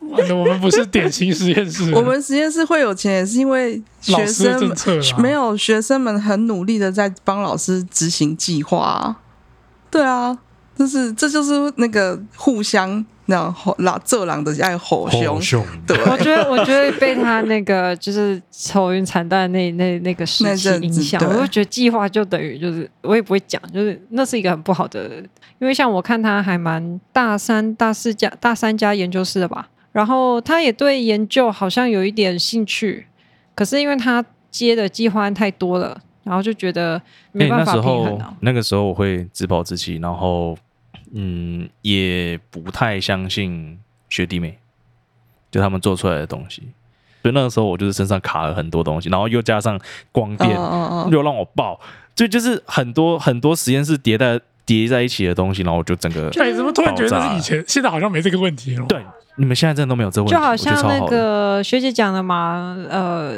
[SPEAKER 3] 完了，我们不是典型实验 (laughs) 室，
[SPEAKER 4] (laughs) 我们实验室会有钱，也是因为
[SPEAKER 3] 老
[SPEAKER 4] 学
[SPEAKER 3] 师的
[SPEAKER 4] 生
[SPEAKER 3] 政策啊啦
[SPEAKER 4] 没有学生们很努力的在帮老师执行计划、啊。对啊，就是这就是那个互相然后拉这狼的爱吼凶，
[SPEAKER 1] 凶，
[SPEAKER 4] 对，
[SPEAKER 2] 我觉得我觉得被他那个就是愁云惨淡那那那个时
[SPEAKER 4] 那
[SPEAKER 2] 期
[SPEAKER 4] 阵子
[SPEAKER 2] 影响，
[SPEAKER 4] 对
[SPEAKER 2] 我就觉得计划就等于就是我也不会讲，就是那是一个很不好的，因为像我看他还蛮大三大四加大三加研究室的吧，然后他也对研究好像有一点兴趣，可是因为他接的计划案太多了，然后就觉得没
[SPEAKER 1] 欸
[SPEAKER 2] 办
[SPEAKER 1] 那
[SPEAKER 2] 法
[SPEAKER 1] 时
[SPEAKER 2] 平衡
[SPEAKER 1] 候
[SPEAKER 2] 啊。
[SPEAKER 1] 那个时候我会自暴自弃，然后嗯，也不太相信学弟妹，就他们做出来的东西。所以那个时候我就是身上卡了很多东西，然后又加上
[SPEAKER 2] 哦
[SPEAKER 1] 光
[SPEAKER 4] 嗯
[SPEAKER 1] 电
[SPEAKER 4] 嗯嗯，
[SPEAKER 1] 又让我爆，所以就是很多很多实验室叠在叠在一起的东西，然后我就整个
[SPEAKER 3] 哎，怎么突然觉得那
[SPEAKER 1] 爆
[SPEAKER 3] 是
[SPEAKER 1] 炸
[SPEAKER 3] 以前，现在好像没这个问题了。
[SPEAKER 1] 对你们现在真的都没有这问题，
[SPEAKER 2] 就好
[SPEAKER 1] 我觉得
[SPEAKER 2] 像
[SPEAKER 1] 超
[SPEAKER 2] 那
[SPEAKER 1] 好的
[SPEAKER 2] 个学姐讲的嘛，呃，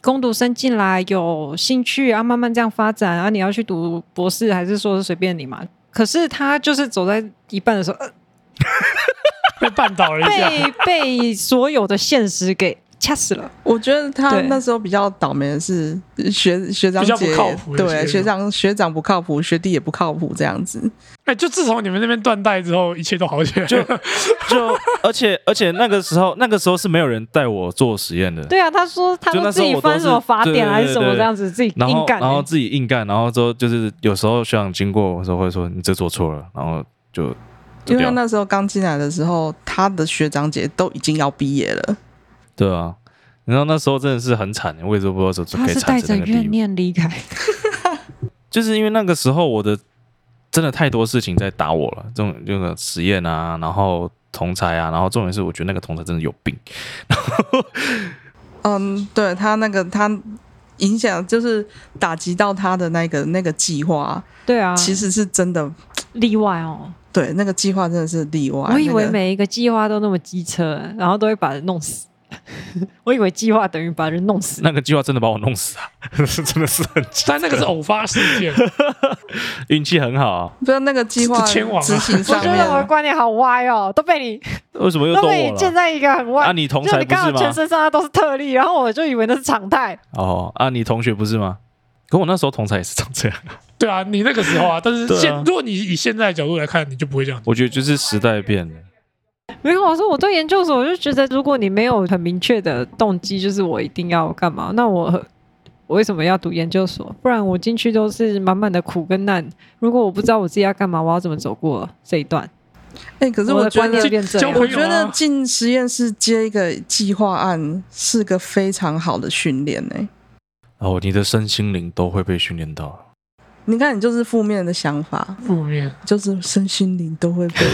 [SPEAKER 2] 攻读生进来有兴趣啊，慢慢这样发展啊，你要去读博士还是说是随便你嘛？可是他就是走在一半的时候，呃
[SPEAKER 3] 被绊倒了一下，
[SPEAKER 2] 被被所有的现实给掐死了。
[SPEAKER 4] 我觉得他
[SPEAKER 2] 对
[SPEAKER 4] 那时候比较倒霉的是学学长
[SPEAKER 3] 比较不
[SPEAKER 4] 姐
[SPEAKER 3] 靠谱的学
[SPEAKER 4] 对
[SPEAKER 3] 长
[SPEAKER 4] 学长学长不靠谱，学弟也不靠谱，这样子。
[SPEAKER 3] 哎，就自从你们那边断代之后，一切都好起来了。
[SPEAKER 1] 就就而且而且那个时候那个时候是没有人带我做实验
[SPEAKER 2] (laughs)
[SPEAKER 1] 的，
[SPEAKER 2] 对啊，他说他
[SPEAKER 1] 就
[SPEAKER 2] 说
[SPEAKER 1] 那时
[SPEAKER 2] 自
[SPEAKER 1] 候
[SPEAKER 2] 己
[SPEAKER 1] 我都
[SPEAKER 2] 翻什么
[SPEAKER 1] 是
[SPEAKER 2] 法
[SPEAKER 1] 对
[SPEAKER 2] 典
[SPEAKER 1] 对
[SPEAKER 2] 还是
[SPEAKER 1] 对
[SPEAKER 2] 什么
[SPEAKER 1] 对
[SPEAKER 2] 这样子，自己
[SPEAKER 1] 然
[SPEAKER 2] 硬
[SPEAKER 1] 后
[SPEAKER 2] 干欸、
[SPEAKER 1] 然后自己硬干，然后之后就是有时候学长经过我时候会说你这做错了，然后就就
[SPEAKER 2] 啊
[SPEAKER 3] 啊
[SPEAKER 4] 因为
[SPEAKER 1] 掉
[SPEAKER 4] 他那时候刚进来的时候，他的学长姐都已经要毕业了，
[SPEAKER 1] 对啊，然后那时候真的是很惨，欸我也都不知道怎么
[SPEAKER 2] 他
[SPEAKER 1] 可以
[SPEAKER 2] 是
[SPEAKER 1] 惨
[SPEAKER 2] 带
[SPEAKER 1] 成那个
[SPEAKER 2] 着
[SPEAKER 1] 地
[SPEAKER 2] 怨
[SPEAKER 1] 步，
[SPEAKER 2] 念离开，
[SPEAKER 1] 就是因为那个时候我的真的太多事情在打我了，这种这个实验啊，然后同才啊，然后重点是我觉得那个同才真的有病，
[SPEAKER 4] 嗯，对他那个他影响就是打击到他的那个那个计划，
[SPEAKER 2] 对啊，
[SPEAKER 4] 其实是真的，
[SPEAKER 2] 例外哦。
[SPEAKER 4] 对那个计划真的是例外。
[SPEAKER 2] 我以为
[SPEAKER 4] 那个
[SPEAKER 2] 每一个计划都那么机车，然后都会把人弄死。 (laughs) 我以为计划等于把人弄死。
[SPEAKER 1] 那个计划真的把我弄死啊， (laughs) 真的是很
[SPEAKER 3] 但那个是偶发事件，
[SPEAKER 1] 运气很好、啊，
[SPEAKER 4] 对那个计划
[SPEAKER 3] 是前往啊
[SPEAKER 4] 执行
[SPEAKER 2] 我
[SPEAKER 4] 上
[SPEAKER 2] 觉得我的
[SPEAKER 4] 面，
[SPEAKER 2] 观念好歪哦，都被你
[SPEAKER 1] 为什么又
[SPEAKER 2] (laughs) 都
[SPEAKER 1] 逗
[SPEAKER 2] 被
[SPEAKER 1] 我
[SPEAKER 2] 你建
[SPEAKER 1] 了？
[SPEAKER 2] 在一个很
[SPEAKER 1] (laughs)
[SPEAKER 2] 歪。
[SPEAKER 1] 啊，你同
[SPEAKER 2] 就
[SPEAKER 1] 才
[SPEAKER 2] 你
[SPEAKER 1] 不
[SPEAKER 2] 刚好
[SPEAKER 1] 是
[SPEAKER 2] 全
[SPEAKER 1] 吗？
[SPEAKER 2] 身上下都是特例，然后我就以为那是常态。
[SPEAKER 1] 哦，啊，你同学不是吗？可我那时候同才也是长这样。
[SPEAKER 3] 对啊，你那个时候啊，但是
[SPEAKER 1] 对啊
[SPEAKER 3] 现如果你以现在的角度来看，你就不会这样。
[SPEAKER 1] 我觉得就是时代变了，
[SPEAKER 2] 没有，我说我对研究所，我就觉得如果你没有很明确的动机，就是我一定要干嘛，那我我为什么要读研究所？不然我进去都是满满的苦跟难。如果我不知道我自己要干嘛，我要怎么走过这一 (laughs) 段？
[SPEAKER 4] 哎、可是
[SPEAKER 2] 我
[SPEAKER 4] 我
[SPEAKER 2] 的
[SPEAKER 4] 觉
[SPEAKER 2] 观念
[SPEAKER 4] 得
[SPEAKER 2] 就。变这
[SPEAKER 3] 交
[SPEAKER 2] 样
[SPEAKER 3] 朋
[SPEAKER 4] 我
[SPEAKER 3] 友
[SPEAKER 4] 觉得
[SPEAKER 3] 啊
[SPEAKER 4] 进实验室接一个计划案是个非常好的训练欸诶。
[SPEAKER 1] 哦，你的身心灵都会被训练到。
[SPEAKER 4] 你看，你就是负面的想法，
[SPEAKER 3] 负面，
[SPEAKER 4] 就是身心灵都会被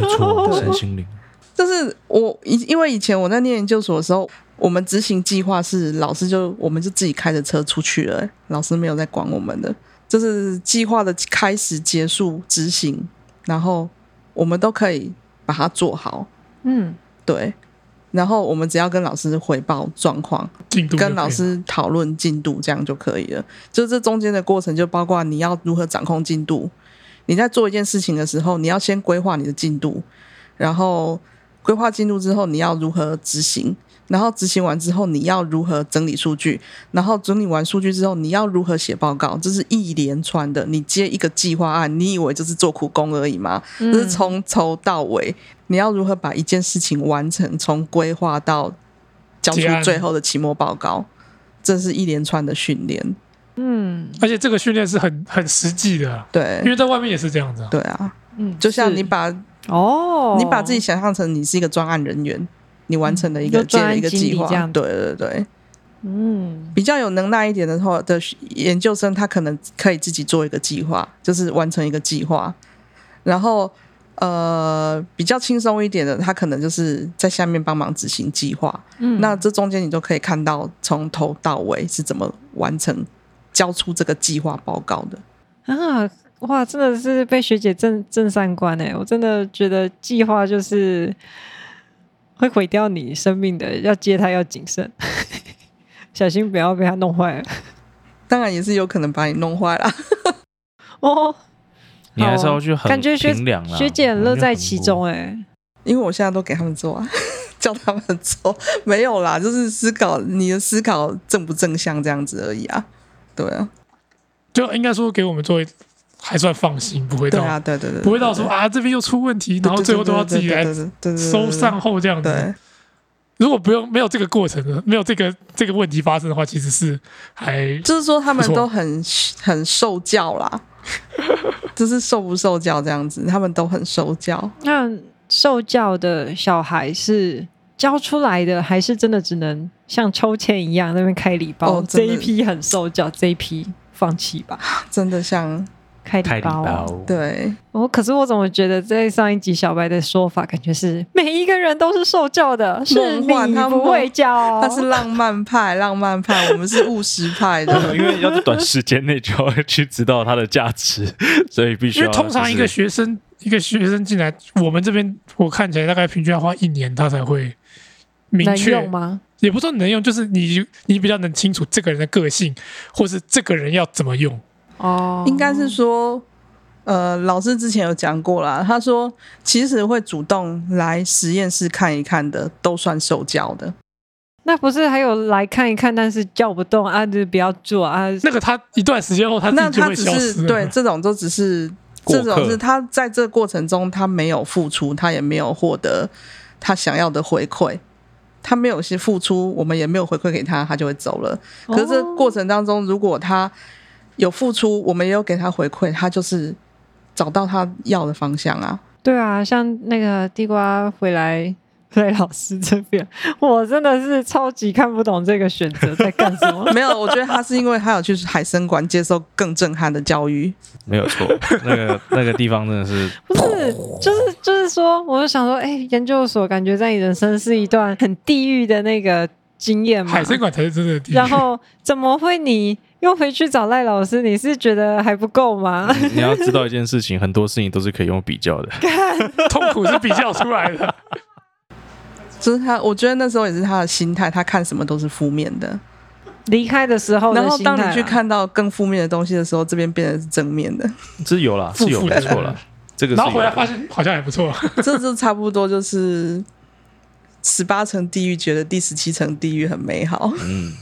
[SPEAKER 1] 没错，
[SPEAKER 4] 对
[SPEAKER 1] 身心灵。
[SPEAKER 4] 就是我以因为以前我在念研究所的时候，我们执行计划是老师就我们就自己开着车出去了，老师没有在管我们的，就是计划的开始、结束、执行，然后我们都可以把它做好，
[SPEAKER 2] 嗯，
[SPEAKER 4] 对。然后我们只要跟老师汇报状况，
[SPEAKER 3] 进度就可以
[SPEAKER 4] 跟老师讨论进度，这样就可以了。就这中间的过程，就包括你要如何掌控进度。你在做一件事情的时候，你要先规划你的进度，然后规划进度之后，你要如何执行，然后执行完之后，你要如何整理数据，然后整理完数据之后，你要如何写报告，这是一连串的。你接一个计划案，你以为就是做苦工而已吗？
[SPEAKER 2] 嗯
[SPEAKER 4] 就是从头到尾，你要如何把一件事情完成，从规划到交出
[SPEAKER 3] 结案
[SPEAKER 4] 最后的期末报告，这是一连串的训练。
[SPEAKER 2] 嗯
[SPEAKER 3] 而且这个训练是很很实际的啊，因
[SPEAKER 4] 对，
[SPEAKER 3] 为在外面也是这样子啊。
[SPEAKER 4] 对啊，
[SPEAKER 2] 嗯，
[SPEAKER 4] 就像你
[SPEAKER 2] 是
[SPEAKER 4] 把
[SPEAKER 2] 哦，
[SPEAKER 4] 你把自己想象成你是一个专案人员，你完成了一
[SPEAKER 2] 哦有
[SPEAKER 4] 个接
[SPEAKER 2] 专案
[SPEAKER 4] 了一个
[SPEAKER 2] 经
[SPEAKER 4] 计
[SPEAKER 2] 理
[SPEAKER 4] 划
[SPEAKER 2] 这样，子
[SPEAKER 4] 对对对，
[SPEAKER 2] 嗯，
[SPEAKER 4] 比较有能耐一点的话的研究生，他可能可以自己做一个计划，就是完成一个计划，然后。呃，比较轻松一点的，他可能就是在下面帮忙执行计划。
[SPEAKER 2] 嗯
[SPEAKER 4] 那这中间你都可以看到从头到尾是怎么完成交出这个计划报告的。
[SPEAKER 2] 啊，哇，真的是被学姐震震三观哎！我真的觉得计划就是会毁掉你生命的，要接它要谨慎，小心不要被它弄坏了
[SPEAKER 4] 当然也是有可能把你弄坏了。
[SPEAKER 2] 哦。
[SPEAKER 1] 你还是要去很
[SPEAKER 2] 感觉学
[SPEAKER 1] 平啊嗯凉啦
[SPEAKER 2] 学姐很乐在其中。哎、
[SPEAKER 4] (laughs) 因为我现在都给他们做啊， (laughs) 叫他们做，没有啦，就是思考你的思考正不正向这样子而已啊。对啊，
[SPEAKER 3] 就应该说给我们做，还算放心，不会
[SPEAKER 4] 对
[SPEAKER 3] 到、
[SPEAKER 4] 啊，对对对，
[SPEAKER 3] 不会到说啊这边又出问题，然后最后都要自己来收善后这样子。
[SPEAKER 4] 对，
[SPEAKER 3] 如果不用没有这个过程的，没有这个这个问题发生的话，其实是还
[SPEAKER 4] 就是说他们都很很受教啦，
[SPEAKER 3] (laughs)
[SPEAKER 4] 就是受不受教这样子，他们都很受教。
[SPEAKER 2] 那受教的小孩是教出来的，还是真的只能像抽签一样那边开礼包？
[SPEAKER 4] 哦
[SPEAKER 2] 这
[SPEAKER 4] 真的
[SPEAKER 2] 一批很受教，这一批放弃吧，
[SPEAKER 4] 真的像
[SPEAKER 2] 开
[SPEAKER 1] 开
[SPEAKER 2] 礼
[SPEAKER 1] 礼
[SPEAKER 2] 包。啊
[SPEAKER 1] 包，
[SPEAKER 4] 对，
[SPEAKER 2] 哦，可是我怎么觉得在上一集小白的说法，感觉是每一个人都是受教的，是
[SPEAKER 4] 梦
[SPEAKER 2] 你
[SPEAKER 4] 幻他
[SPEAKER 2] 不
[SPEAKER 4] 梦
[SPEAKER 2] 会教、哦
[SPEAKER 4] 他是浪漫派，浪漫派，我们是务实派的。
[SPEAKER 1] (laughs) 因为要在短时间内就要去知道它的价值， (laughs) 所以必须
[SPEAKER 3] 因
[SPEAKER 1] 要
[SPEAKER 3] 为通常一个
[SPEAKER 1] 就是
[SPEAKER 3] 学生一个学生进来，我们这边我看起来大概平均要花一年，他才会明
[SPEAKER 2] 能
[SPEAKER 3] 确
[SPEAKER 2] 用吗？
[SPEAKER 3] 也不是说能用，就是你你比较能清楚这个人的个性，或是这个人要怎么用。
[SPEAKER 2] 哦，
[SPEAKER 4] (laughs) 应该是说，呃，老师之前有讲过啦，他说其实会主动来实验室看一看的，都算受教的。
[SPEAKER 2] 那不是还有来看一看，但是叫不动啊，就不要做啊。
[SPEAKER 3] 那个他一段时间后，他自
[SPEAKER 4] 那
[SPEAKER 3] 己就
[SPEAKER 4] 他
[SPEAKER 3] 会
[SPEAKER 4] 只
[SPEAKER 3] 消失
[SPEAKER 4] 是
[SPEAKER 3] 了。
[SPEAKER 4] 对这种都
[SPEAKER 3] (laughs)
[SPEAKER 4] 只是
[SPEAKER 1] 过
[SPEAKER 4] 这
[SPEAKER 1] 客
[SPEAKER 4] 种是他在这过程中他没有付出，他也没有获得他想要的回馈，他没有些付出，我们也没有回馈给他，他就会走了。可是这过程当中，如果他有付出，我们也有给他回馈，他就是找到他要的方向啊。。
[SPEAKER 2] 对啊，像那个地瓜回来。回来老师这边， (laughs) 我真的是超级看不懂这个选择在干什么 (laughs)
[SPEAKER 4] 没有，我觉得他是因为他有去海参馆接受更震撼的教育。
[SPEAKER 1] 没有错，那个那个地方真的是
[SPEAKER 2] 不是，就是就是说，我就想说，哎、研究所感觉在你人生是一段很地狱的那个经验嘛。
[SPEAKER 3] 海参馆才是真正的
[SPEAKER 2] (laughs)
[SPEAKER 3] 地狱。
[SPEAKER 2] 然后怎么会你又回去找赖老师？你是觉得还不够
[SPEAKER 1] (laughs)
[SPEAKER 2] 吗？
[SPEAKER 1] 你要知道一件事情，很多事情都是可以用比较的。
[SPEAKER 3] 痛苦是比较出来
[SPEAKER 1] (laughs)
[SPEAKER 3] 的。
[SPEAKER 4] 就是他，我觉得那时候也是他的心态，他看什么都是负面的。
[SPEAKER 2] 离开的时候的
[SPEAKER 4] 然后
[SPEAKER 2] 心态啊，
[SPEAKER 4] 当你去看到更负面的东西的时候，这边变得是正
[SPEAKER 2] (laughs)
[SPEAKER 4] 面的，
[SPEAKER 1] 是有啦，是有
[SPEAKER 3] 负负
[SPEAKER 1] 没
[SPEAKER 3] 得
[SPEAKER 1] 错啦这
[SPEAKER 3] 正，
[SPEAKER 1] 个是
[SPEAKER 3] 然后
[SPEAKER 1] 有
[SPEAKER 3] 回来
[SPEAKER 1] 的。
[SPEAKER 3] 发现好像还不错，
[SPEAKER 4] 这就差不多就是十八层地狱，觉得第十七层地狱很美好。
[SPEAKER 1] 嗯，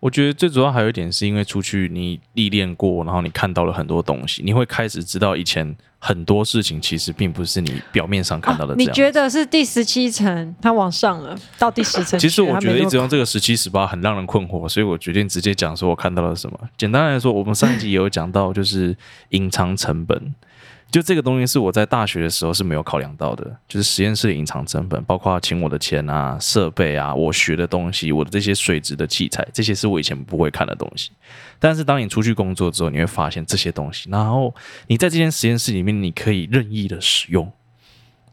[SPEAKER 1] 我觉得最主要还有一点是因为出去你历练过，然后你看到了很多东西，你会开始知道以前很多事情其实并不是你表面上看到的这
[SPEAKER 2] 啊你
[SPEAKER 1] 样。
[SPEAKER 2] 觉得是第十七层，它往上了，到第十层
[SPEAKER 1] (laughs)
[SPEAKER 2] 去。
[SPEAKER 1] 其实我
[SPEAKER 2] 它
[SPEAKER 1] 觉得
[SPEAKER 2] 没
[SPEAKER 1] 一
[SPEAKER 2] 那么
[SPEAKER 1] 直用这个十七、十八很让人困惑，所以我决定直接讲说我看到了什么。简单来说，我们上一集也有讲到，就是隐藏成本。就这个东西是我在大学的时候是没有考量到的，就是实验室的隐藏成本，包括请我的钱啊、设备啊、我学的东西、我的这些水质的器材，这些是我以前不会看的东西。但是当你出去工作之后，你会发现这些东西，然后你在这间实验室里面，你可以任意的使用。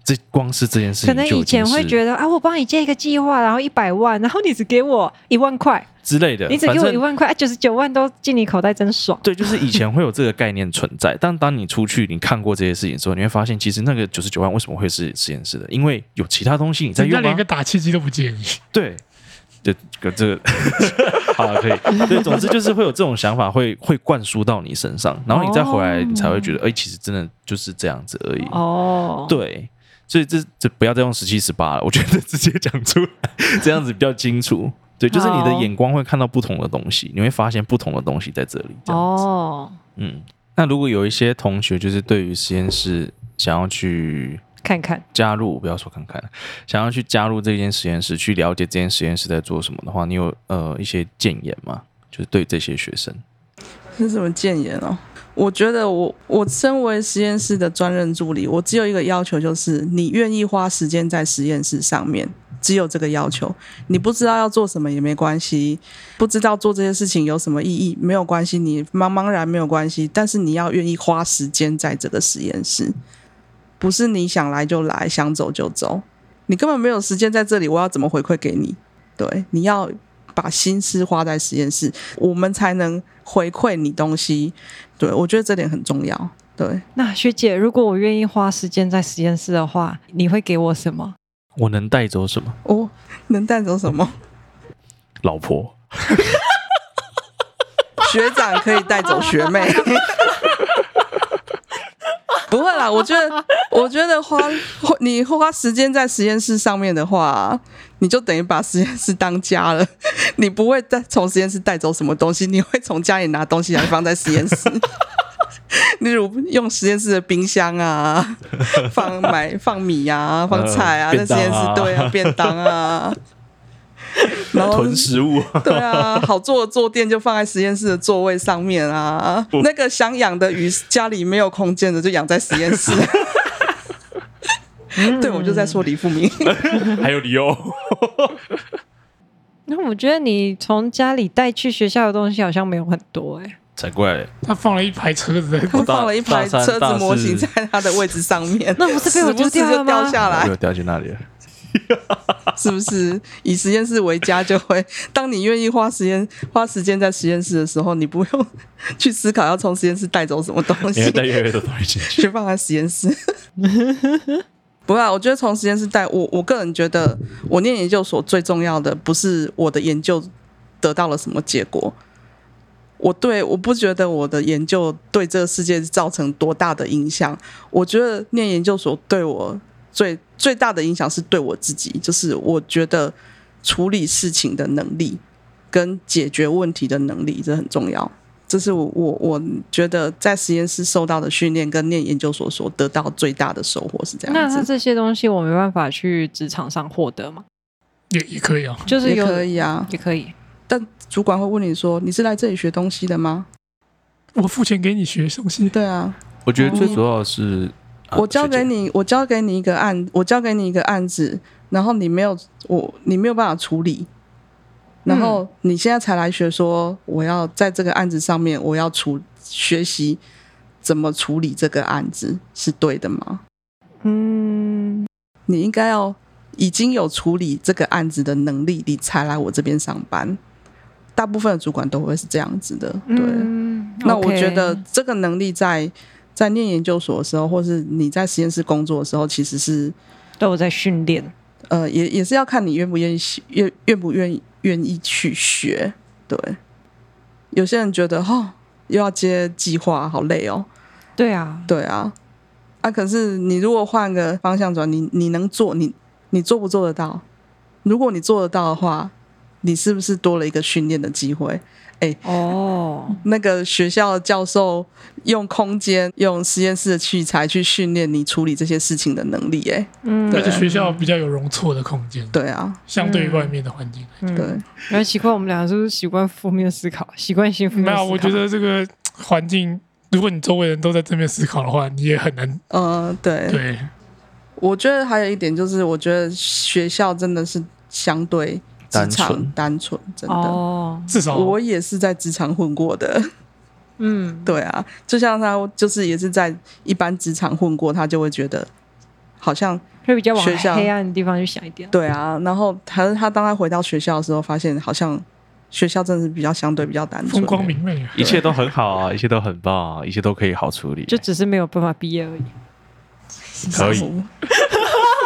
[SPEAKER 1] 这光是这件事情
[SPEAKER 2] 可
[SPEAKER 1] 就已经是，
[SPEAKER 2] 能以前会觉得啊，我帮你接一个计划，然后一百万，然后你只给我一万块，
[SPEAKER 1] 之类的，
[SPEAKER 2] 你只
[SPEAKER 1] 反
[SPEAKER 2] 给我
[SPEAKER 1] 正
[SPEAKER 2] 一万块，啊九十九万都进你口袋，真爽。
[SPEAKER 1] 对，就是以前会有这个概念存在，但当你出去，你看过这些事情之后，你会发现，其实那个九十九万为什么会是实验室的？因为有其他东西你在
[SPEAKER 3] 人家
[SPEAKER 1] 用
[SPEAKER 3] 连
[SPEAKER 1] 啊
[SPEAKER 3] 个。打气机都不介意。
[SPEAKER 1] 对，这个这
[SPEAKER 3] (laughs)
[SPEAKER 1] 个，好了，可以。对，总之就是会有这种想法，会会灌输到你身上，然后你再回来，你才会
[SPEAKER 3] 哦
[SPEAKER 1] 觉得，哎、其实真的就是这样子而已。
[SPEAKER 2] 哦，
[SPEAKER 1] 嗯对，所以这这不要再用十七十八了，我觉得直接讲出来，这样子比较清楚。对，就是你的
[SPEAKER 2] 好
[SPEAKER 1] 眼光会看到不同的东西，你会发现不同的东西在这里。这样子
[SPEAKER 2] 哦，
[SPEAKER 1] 嗯，那如果有一些同学就是对于实验室想要去
[SPEAKER 2] 看看
[SPEAKER 1] 加入，不要说看看，想要去加入这间实验室，去了解这间实验室在做什么的话，你有呃一些建言吗？就是对这些学生，
[SPEAKER 4] (laughs) 是什么谏言哦？我觉得我我身为实验室的专任助理，我只有一个要求，就是你愿意花时间在实验室上面，只有这个要求。你不知道要做什么也没关系，不知道做这些事情有什么意义没有关系，你茫茫然没有关系，但是你要愿意花时间在这个实验室，不是你想来就来，想走就走，你根本没有时间在这里，我要怎么回馈给你？对，你要。把心思花在实验室，我们才能回馈你东西。对我觉得这点很重要。对，
[SPEAKER 2] 那学姐，如果我愿意花时间在实验室的话，你会给我什么？
[SPEAKER 1] 我能带走什么？
[SPEAKER 4] 哦，能带走什么？
[SPEAKER 1] 老婆，
[SPEAKER 4] 学长可以带走学
[SPEAKER 1] (laughs)
[SPEAKER 4] 妹。不会啦，我觉得，我觉得花花你花时间在实验室上面的话，你就等于把实验室当家了。 (laughs) 你不会带从实验室带走什么东西，你会从家里拿东西来放在实验室。 (laughs) 例如用实验室的冰箱啊，
[SPEAKER 1] (laughs)
[SPEAKER 4] 放买放米啊，放菜啊，
[SPEAKER 1] 呃
[SPEAKER 4] 在实验室、
[SPEAKER 1] 便当啊
[SPEAKER 4] 对啊，便
[SPEAKER 1] (laughs)
[SPEAKER 4] 当啊，然后
[SPEAKER 1] 囤食物， (laughs)
[SPEAKER 4] (laughs) 对啊，好坐的坐垫就放在实验室的座位上面啊。那个想养的鱼，家里没有空间的就养在实验室。 (laughs) 对，我就在说李富 (laughs) 明。
[SPEAKER 1] 还有理由。
[SPEAKER 2] 那我觉得你从家里带去学校的东西好像没有很多哎、
[SPEAKER 1] 才怪嘞！
[SPEAKER 3] 他放了一排车子在
[SPEAKER 4] 他放了一排
[SPEAKER 1] 大
[SPEAKER 4] 车
[SPEAKER 1] 三
[SPEAKER 4] 子模型
[SPEAKER 1] 大四
[SPEAKER 4] 在他的位置上面，
[SPEAKER 2] 那不是被我
[SPEAKER 4] 时不
[SPEAKER 2] 丢
[SPEAKER 4] 时
[SPEAKER 2] 掉了
[SPEAKER 4] 就
[SPEAKER 2] 吗
[SPEAKER 4] 掉下来
[SPEAKER 1] 又，掉进那里了。
[SPEAKER 4] (laughs) 是不是？以实验室为家，就会当你愿意花时间 (laughs) 花时间在实验室的时候，你不用去思考要从实验室带走什么东
[SPEAKER 1] (laughs) 你
[SPEAKER 4] 西
[SPEAKER 1] 会，带越来越多东西进去。
[SPEAKER 4] 去放在实验室。不啊，我觉得从实验室带我，我个人觉得，我念研究所最重要的不是我的研究得到了什么结果，我对我不觉得我的研究对这个世界造成多大的影响。我觉得念研究所对我最最大的影响是对我自己，就是我觉得处理事情的能力跟解决问题的能力，这很重要。这是我我我觉得在实验室受到的训练跟念研究所所得到最大的收获是这
[SPEAKER 2] 那
[SPEAKER 4] 样
[SPEAKER 2] 它
[SPEAKER 4] 子，
[SPEAKER 2] 这些东西我没办法去职场上获得嘛？
[SPEAKER 3] 也也可以啊。
[SPEAKER 2] 就是
[SPEAKER 4] 也
[SPEAKER 2] 有
[SPEAKER 4] 可以啊。
[SPEAKER 2] 也可以。
[SPEAKER 4] 但主管会问你说：“你是来这里学东西的吗
[SPEAKER 3] 我付钱给你学东西？”，
[SPEAKER 4] 对啊，
[SPEAKER 1] (laughs) 我觉得最主要是，啊
[SPEAKER 4] 我交给
[SPEAKER 1] 学姐
[SPEAKER 4] 你，我交给你一个案，我交给你一个案子，然后你没有我，你没有办法处理，然后你现在才来学说，我要在这个案子上面，我要处学习怎么处理这个案子，是对的吗？
[SPEAKER 2] 嗯，
[SPEAKER 4] 你应该要已经有处理这个案子的能力，你才来我这边上班。大部分的主管都会是这样子的，对。
[SPEAKER 2] 嗯
[SPEAKER 4] 那我
[SPEAKER 2] OK
[SPEAKER 4] 觉得这个能力在在念研究所的时候，或是你在实验室工作的时候，其实是
[SPEAKER 2] 都有在训练。
[SPEAKER 4] 呃，也也是要看你愿不愿意学愿愿不愿意愿意去学。对，有些人觉得哦，又要接计划，好累哦。
[SPEAKER 2] 对啊，
[SPEAKER 4] 对啊，啊，可是你如果换个方向转，你你能做，你你做不做得到？如果你做得到的话，你是不是多了一个训练的机会？
[SPEAKER 2] 哦，
[SPEAKER 4] 那个学校的教授用空间、用实验室的器材去训练你处理这些事情的能力、欸。哎，
[SPEAKER 2] 嗯，
[SPEAKER 4] 对
[SPEAKER 3] 而且学校比较有容错的空间，
[SPEAKER 4] 对啊，
[SPEAKER 3] 相对于外面的环境。
[SPEAKER 2] 嗯
[SPEAKER 4] 对，，
[SPEAKER 2] 然后奇怪，我们俩是不是习惯负面思考，习惯性负面
[SPEAKER 3] 没
[SPEAKER 2] 思考？
[SPEAKER 3] 有，我觉得这个环境，如果你周围人都在正面思考的话，你也很难
[SPEAKER 4] 呃，对，
[SPEAKER 3] 对。
[SPEAKER 4] 我觉得还有一点就是，我觉得学校真的是相对职
[SPEAKER 1] 单
[SPEAKER 4] 场
[SPEAKER 1] 纯
[SPEAKER 4] 单纯，真的。
[SPEAKER 2] 哦，
[SPEAKER 3] 至少
[SPEAKER 4] 我也是在职场混过的， (laughs)
[SPEAKER 2] 嗯，
[SPEAKER 4] 对啊，就像他就是也是在一般职场混过，他就会觉得好像
[SPEAKER 2] 会比较往
[SPEAKER 4] 学校
[SPEAKER 2] 黑暗的地方去想一点。
[SPEAKER 4] 对啊，然后他他当他回到学校的时候，发现好像学校真的是比较相对比较单纯
[SPEAKER 3] 风，光明媚啊。
[SPEAKER 1] 一切都很好啊，一切都很棒啊，一切都可以好处理。
[SPEAKER 2] 就只是没有办法毕业而已。
[SPEAKER 1] 可以，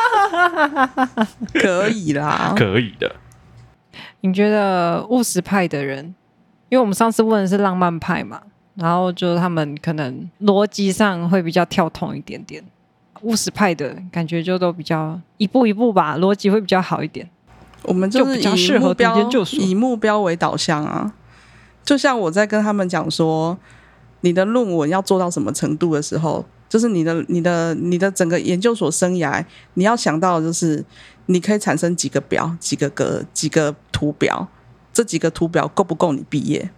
[SPEAKER 4] (laughs) 可以啦，
[SPEAKER 1] 可以的。
[SPEAKER 2] 你觉得务实派的人，因为我们上次问的是浪漫派嘛，然后就是他们可能逻辑上会比较跳通一点点，务实派的感觉就都比较一步一步吧，逻辑会比较好一点。
[SPEAKER 4] 我们就
[SPEAKER 2] 就
[SPEAKER 4] 是
[SPEAKER 2] 比较
[SPEAKER 4] 以
[SPEAKER 2] 适合
[SPEAKER 4] 目标
[SPEAKER 2] 读研究所
[SPEAKER 4] 以目标为导向啊。就像我在跟他们讲说，你的论文要做到什么程度的时候，就是你的、你的、你的整个研究所生涯，你要想到的就是你可以产生几个表、几个格、几个图表，这几个图表够不够你毕业？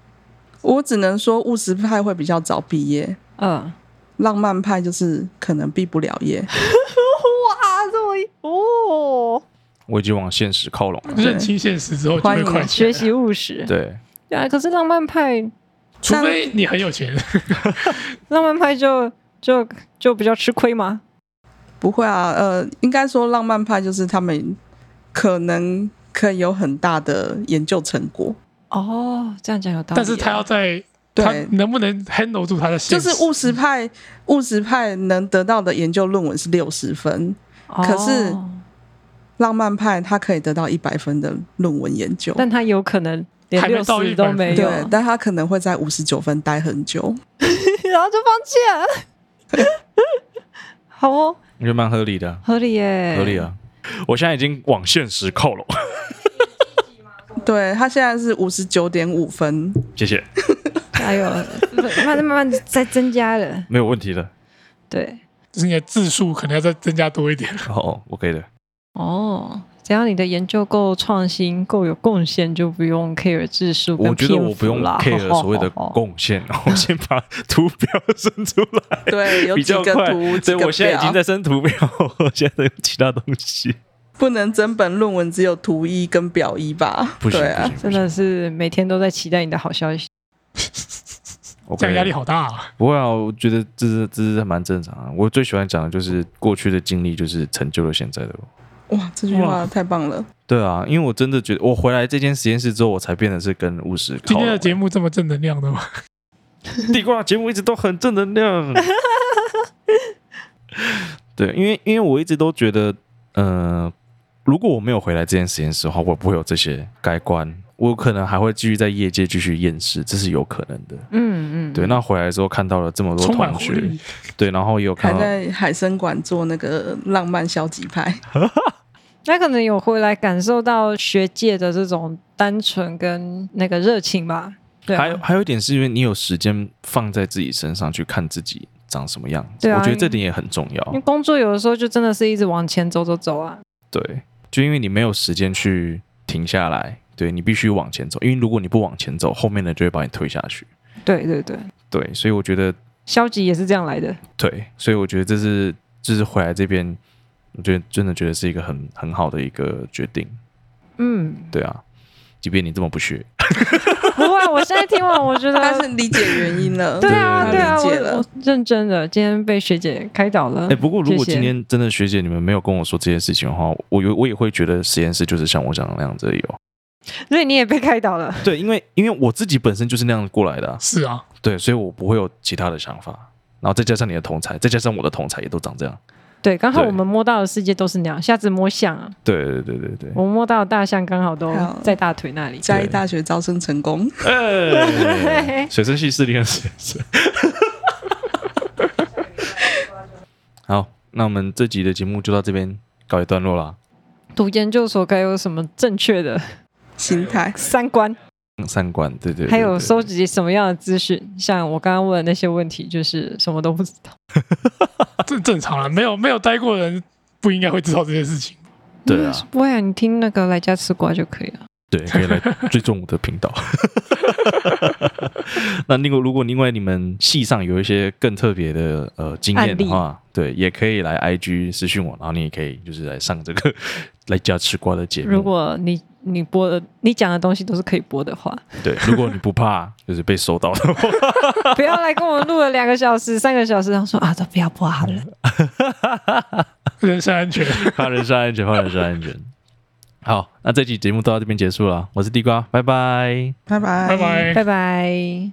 [SPEAKER 4] 我只能说务实派会比较早毕业，
[SPEAKER 2] 嗯，
[SPEAKER 4] 浪漫派就是可能毕不了业。
[SPEAKER 2] 哇，这么一哦，
[SPEAKER 1] 我已经往现实靠拢了。
[SPEAKER 3] 认清现实之后就会快起
[SPEAKER 2] 学
[SPEAKER 3] 来
[SPEAKER 2] 习务
[SPEAKER 4] 嗯
[SPEAKER 2] 实，
[SPEAKER 1] 对，
[SPEAKER 2] (laughs) 对啊。可是浪漫派，
[SPEAKER 3] 除非你很有钱，
[SPEAKER 2] 浪漫派就就就比较吃亏嘛。
[SPEAKER 4] 不会啊，呃，应该说浪漫派就是他们可能可以有很大的研究成果。
[SPEAKER 2] 哦，这样讲有道理。
[SPEAKER 3] 但是他要在他
[SPEAKER 4] 对，
[SPEAKER 3] 能不能 handle 住他的
[SPEAKER 4] 就
[SPEAKER 3] 现实？
[SPEAKER 4] 是务实派，务实派能得到的研究论文是六十分，
[SPEAKER 2] 哦，
[SPEAKER 4] 可是浪漫派他可以得到一百分的论文研究。
[SPEAKER 2] 但他有可能连
[SPEAKER 3] 还没
[SPEAKER 2] 六
[SPEAKER 3] 到
[SPEAKER 2] 十
[SPEAKER 3] 100
[SPEAKER 2] 都没有，
[SPEAKER 4] 对，
[SPEAKER 1] 啊
[SPEAKER 4] 但他可能会在五十九分待很久。
[SPEAKER 2] 然后就放弃了。 (laughs) 好哦，
[SPEAKER 1] 我觉得蛮合理的啊，
[SPEAKER 2] 合理耶，
[SPEAKER 1] 合理。啊。我现在已经往现实靠拢， (laughs)
[SPEAKER 4] 对他现在是五十九点五分，
[SPEAKER 1] 谢谢，
[SPEAKER 2] 加 (laughs) 油，慢慢慢慢再增加了。
[SPEAKER 1] 没有问题的。
[SPEAKER 2] 对，
[SPEAKER 3] 就是你的字数可能要再增加多一点。
[SPEAKER 1] 哦，OK 的。
[SPEAKER 2] 哦，只要你的研究够创新、够有贡献，就不用 care 字数跟
[SPEAKER 1] 我觉得我
[SPEAKER 2] 篇
[SPEAKER 1] 不
[SPEAKER 2] 幅
[SPEAKER 1] 用
[SPEAKER 2] 啦哦
[SPEAKER 1] care
[SPEAKER 2] (laughs)
[SPEAKER 4] (laughs)
[SPEAKER 1] 所谓的贡献，我先把图表生出来， (laughs)
[SPEAKER 4] 对， (laughs) 有
[SPEAKER 1] 比
[SPEAKER 4] 几
[SPEAKER 1] 较
[SPEAKER 4] 个
[SPEAKER 1] 快
[SPEAKER 4] 图，。几
[SPEAKER 1] 对，
[SPEAKER 4] 个
[SPEAKER 1] 我现在已经
[SPEAKER 4] 表
[SPEAKER 1] 在，生图表， (laughs) 我现在在用其他东西，
[SPEAKER 4] 不能整本论文只有图一跟表一吧？
[SPEAKER 1] 不行
[SPEAKER 4] (laughs) 对
[SPEAKER 1] 不
[SPEAKER 4] 啊
[SPEAKER 1] 行，，
[SPEAKER 2] 真的是每天都在期待你的好消息。
[SPEAKER 1] 我
[SPEAKER 3] 这样压力好大啊！
[SPEAKER 1] 不会啊，我觉得这是这是蛮正常的。我最喜欢讲的就是过去的经历，就是成就了现在的我。
[SPEAKER 4] 哇，这句话太棒了。
[SPEAKER 1] 对啊，因为我真的觉得我回来这间实验室之后，我才变得是跟务实靠拢。
[SPEAKER 3] 今天的节目这么正能量的吗？
[SPEAKER 1] 地瓜节目一直都很正能量。 (laughs) 对，因为因为我一直都觉得，呃，如果我没有回来这间实验室的话，我不会有这些改观，我可能还会继续在业界继续厌世，这是有可能的。
[SPEAKER 2] 嗯嗯，
[SPEAKER 1] 对，那回来之后看到了这么多
[SPEAKER 3] 充满
[SPEAKER 1] 同
[SPEAKER 3] 活
[SPEAKER 1] 学
[SPEAKER 3] 力，，
[SPEAKER 1] 对，然后也有
[SPEAKER 4] 还
[SPEAKER 1] 看到，
[SPEAKER 4] 在海参馆做那个浪漫消极
[SPEAKER 2] (laughs)
[SPEAKER 4] 派，
[SPEAKER 2] 啊那可能有回来感受到学界的这种单纯跟那个热情吧。对、
[SPEAKER 1] 还有
[SPEAKER 2] 啊，
[SPEAKER 1] 还有一点是因为你有时间放在自己身上去看自己长什么样子，
[SPEAKER 2] 对啊
[SPEAKER 1] 我觉得这
[SPEAKER 2] 因为
[SPEAKER 1] 点也很重要。
[SPEAKER 2] 因为工作有的时候就真的是一直往前走走走啊。
[SPEAKER 1] 对，就因为你没有时间去停下来，对你必须往前走，因为如果你不往前走，后面的人就会把你推下去。
[SPEAKER 2] 对对对，
[SPEAKER 1] 对，所以我觉得，
[SPEAKER 2] 消极也是这样来的。
[SPEAKER 1] 对，所以我觉得这是就是回来这边，我觉得真的觉得是一个很很好的一个决定。
[SPEAKER 2] 嗯，
[SPEAKER 1] 对啊，即便你这么不屑，
[SPEAKER 2] 不会，我现在听完我觉得，
[SPEAKER 4] 但是理解原因了。
[SPEAKER 2] 对啊
[SPEAKER 1] 对
[SPEAKER 2] 对啊，
[SPEAKER 4] 理解
[SPEAKER 2] 我
[SPEAKER 4] 了
[SPEAKER 2] 我认真的，今天被学姐开导了。
[SPEAKER 1] 哎、不过如果
[SPEAKER 2] 谢谢
[SPEAKER 1] 今天真的学姐你们没有跟我说这件事情的话，我有我也会觉得实验室就是像我讲的那样子而已哦。
[SPEAKER 2] 所以你也被开导了。
[SPEAKER 1] 对，因为因为我自己本身就是那样过来的啊、
[SPEAKER 3] 是啊，
[SPEAKER 1] 对，所以我不会有其他的想法。然后再加上你的同才，再加上我的同才也都长这样。
[SPEAKER 2] (laughs) 对，刚好
[SPEAKER 1] 对
[SPEAKER 2] 我们摸到的世界都是那样，下次摸象啊，
[SPEAKER 1] 对对对对对。
[SPEAKER 2] 我们摸到的大象刚好都
[SPEAKER 4] 好
[SPEAKER 2] 在大腿 (laughs) 那里。
[SPEAKER 4] 嘉义大学招生成功，
[SPEAKER 1] 哎，水生系势力很水深。 (laughs) 好，那我们这集的节目就到这边告一段落啦。
[SPEAKER 2] 读研究所该有什么正确的
[SPEAKER 4] 心态
[SPEAKER 2] 三观？
[SPEAKER 1] 嗯三观，对对对
[SPEAKER 2] 还有
[SPEAKER 1] 对
[SPEAKER 2] 收集什么样的资讯？像我刚刚问的那些问题，就是什么都不知道。
[SPEAKER 3] 正正常啊，没有没有待过的人不应该会知道这些事情。
[SPEAKER 1] 对啊，
[SPEAKER 2] 不会啊，你听那个来家吃瓜就可以了。
[SPEAKER 1] 对，可以来追踪我的频道。 (laughs) 那另外，如果另外你们系上有一些更特别的呃经验的话，对，也可以来 IG 私讯我，然后你也可以就是来上这个 (laughs) 来家吃瓜的节目。
[SPEAKER 2] 如果你你播的你讲的东西都是可以播的话，
[SPEAKER 1] 对，如果你不怕就是被收到的话，
[SPEAKER 2] 不要来跟我录了两个小时、三个小时，然后说啊，都不要播好了。
[SPEAKER 3] 人身安全，
[SPEAKER 1] 怕人身安全，怕人身安全。好，
[SPEAKER 4] 哎
[SPEAKER 1] 那这期节目都到这边结束了，我是地瓜，拜拜。
[SPEAKER 4] 拜拜
[SPEAKER 3] 拜拜。
[SPEAKER 2] 拜拜。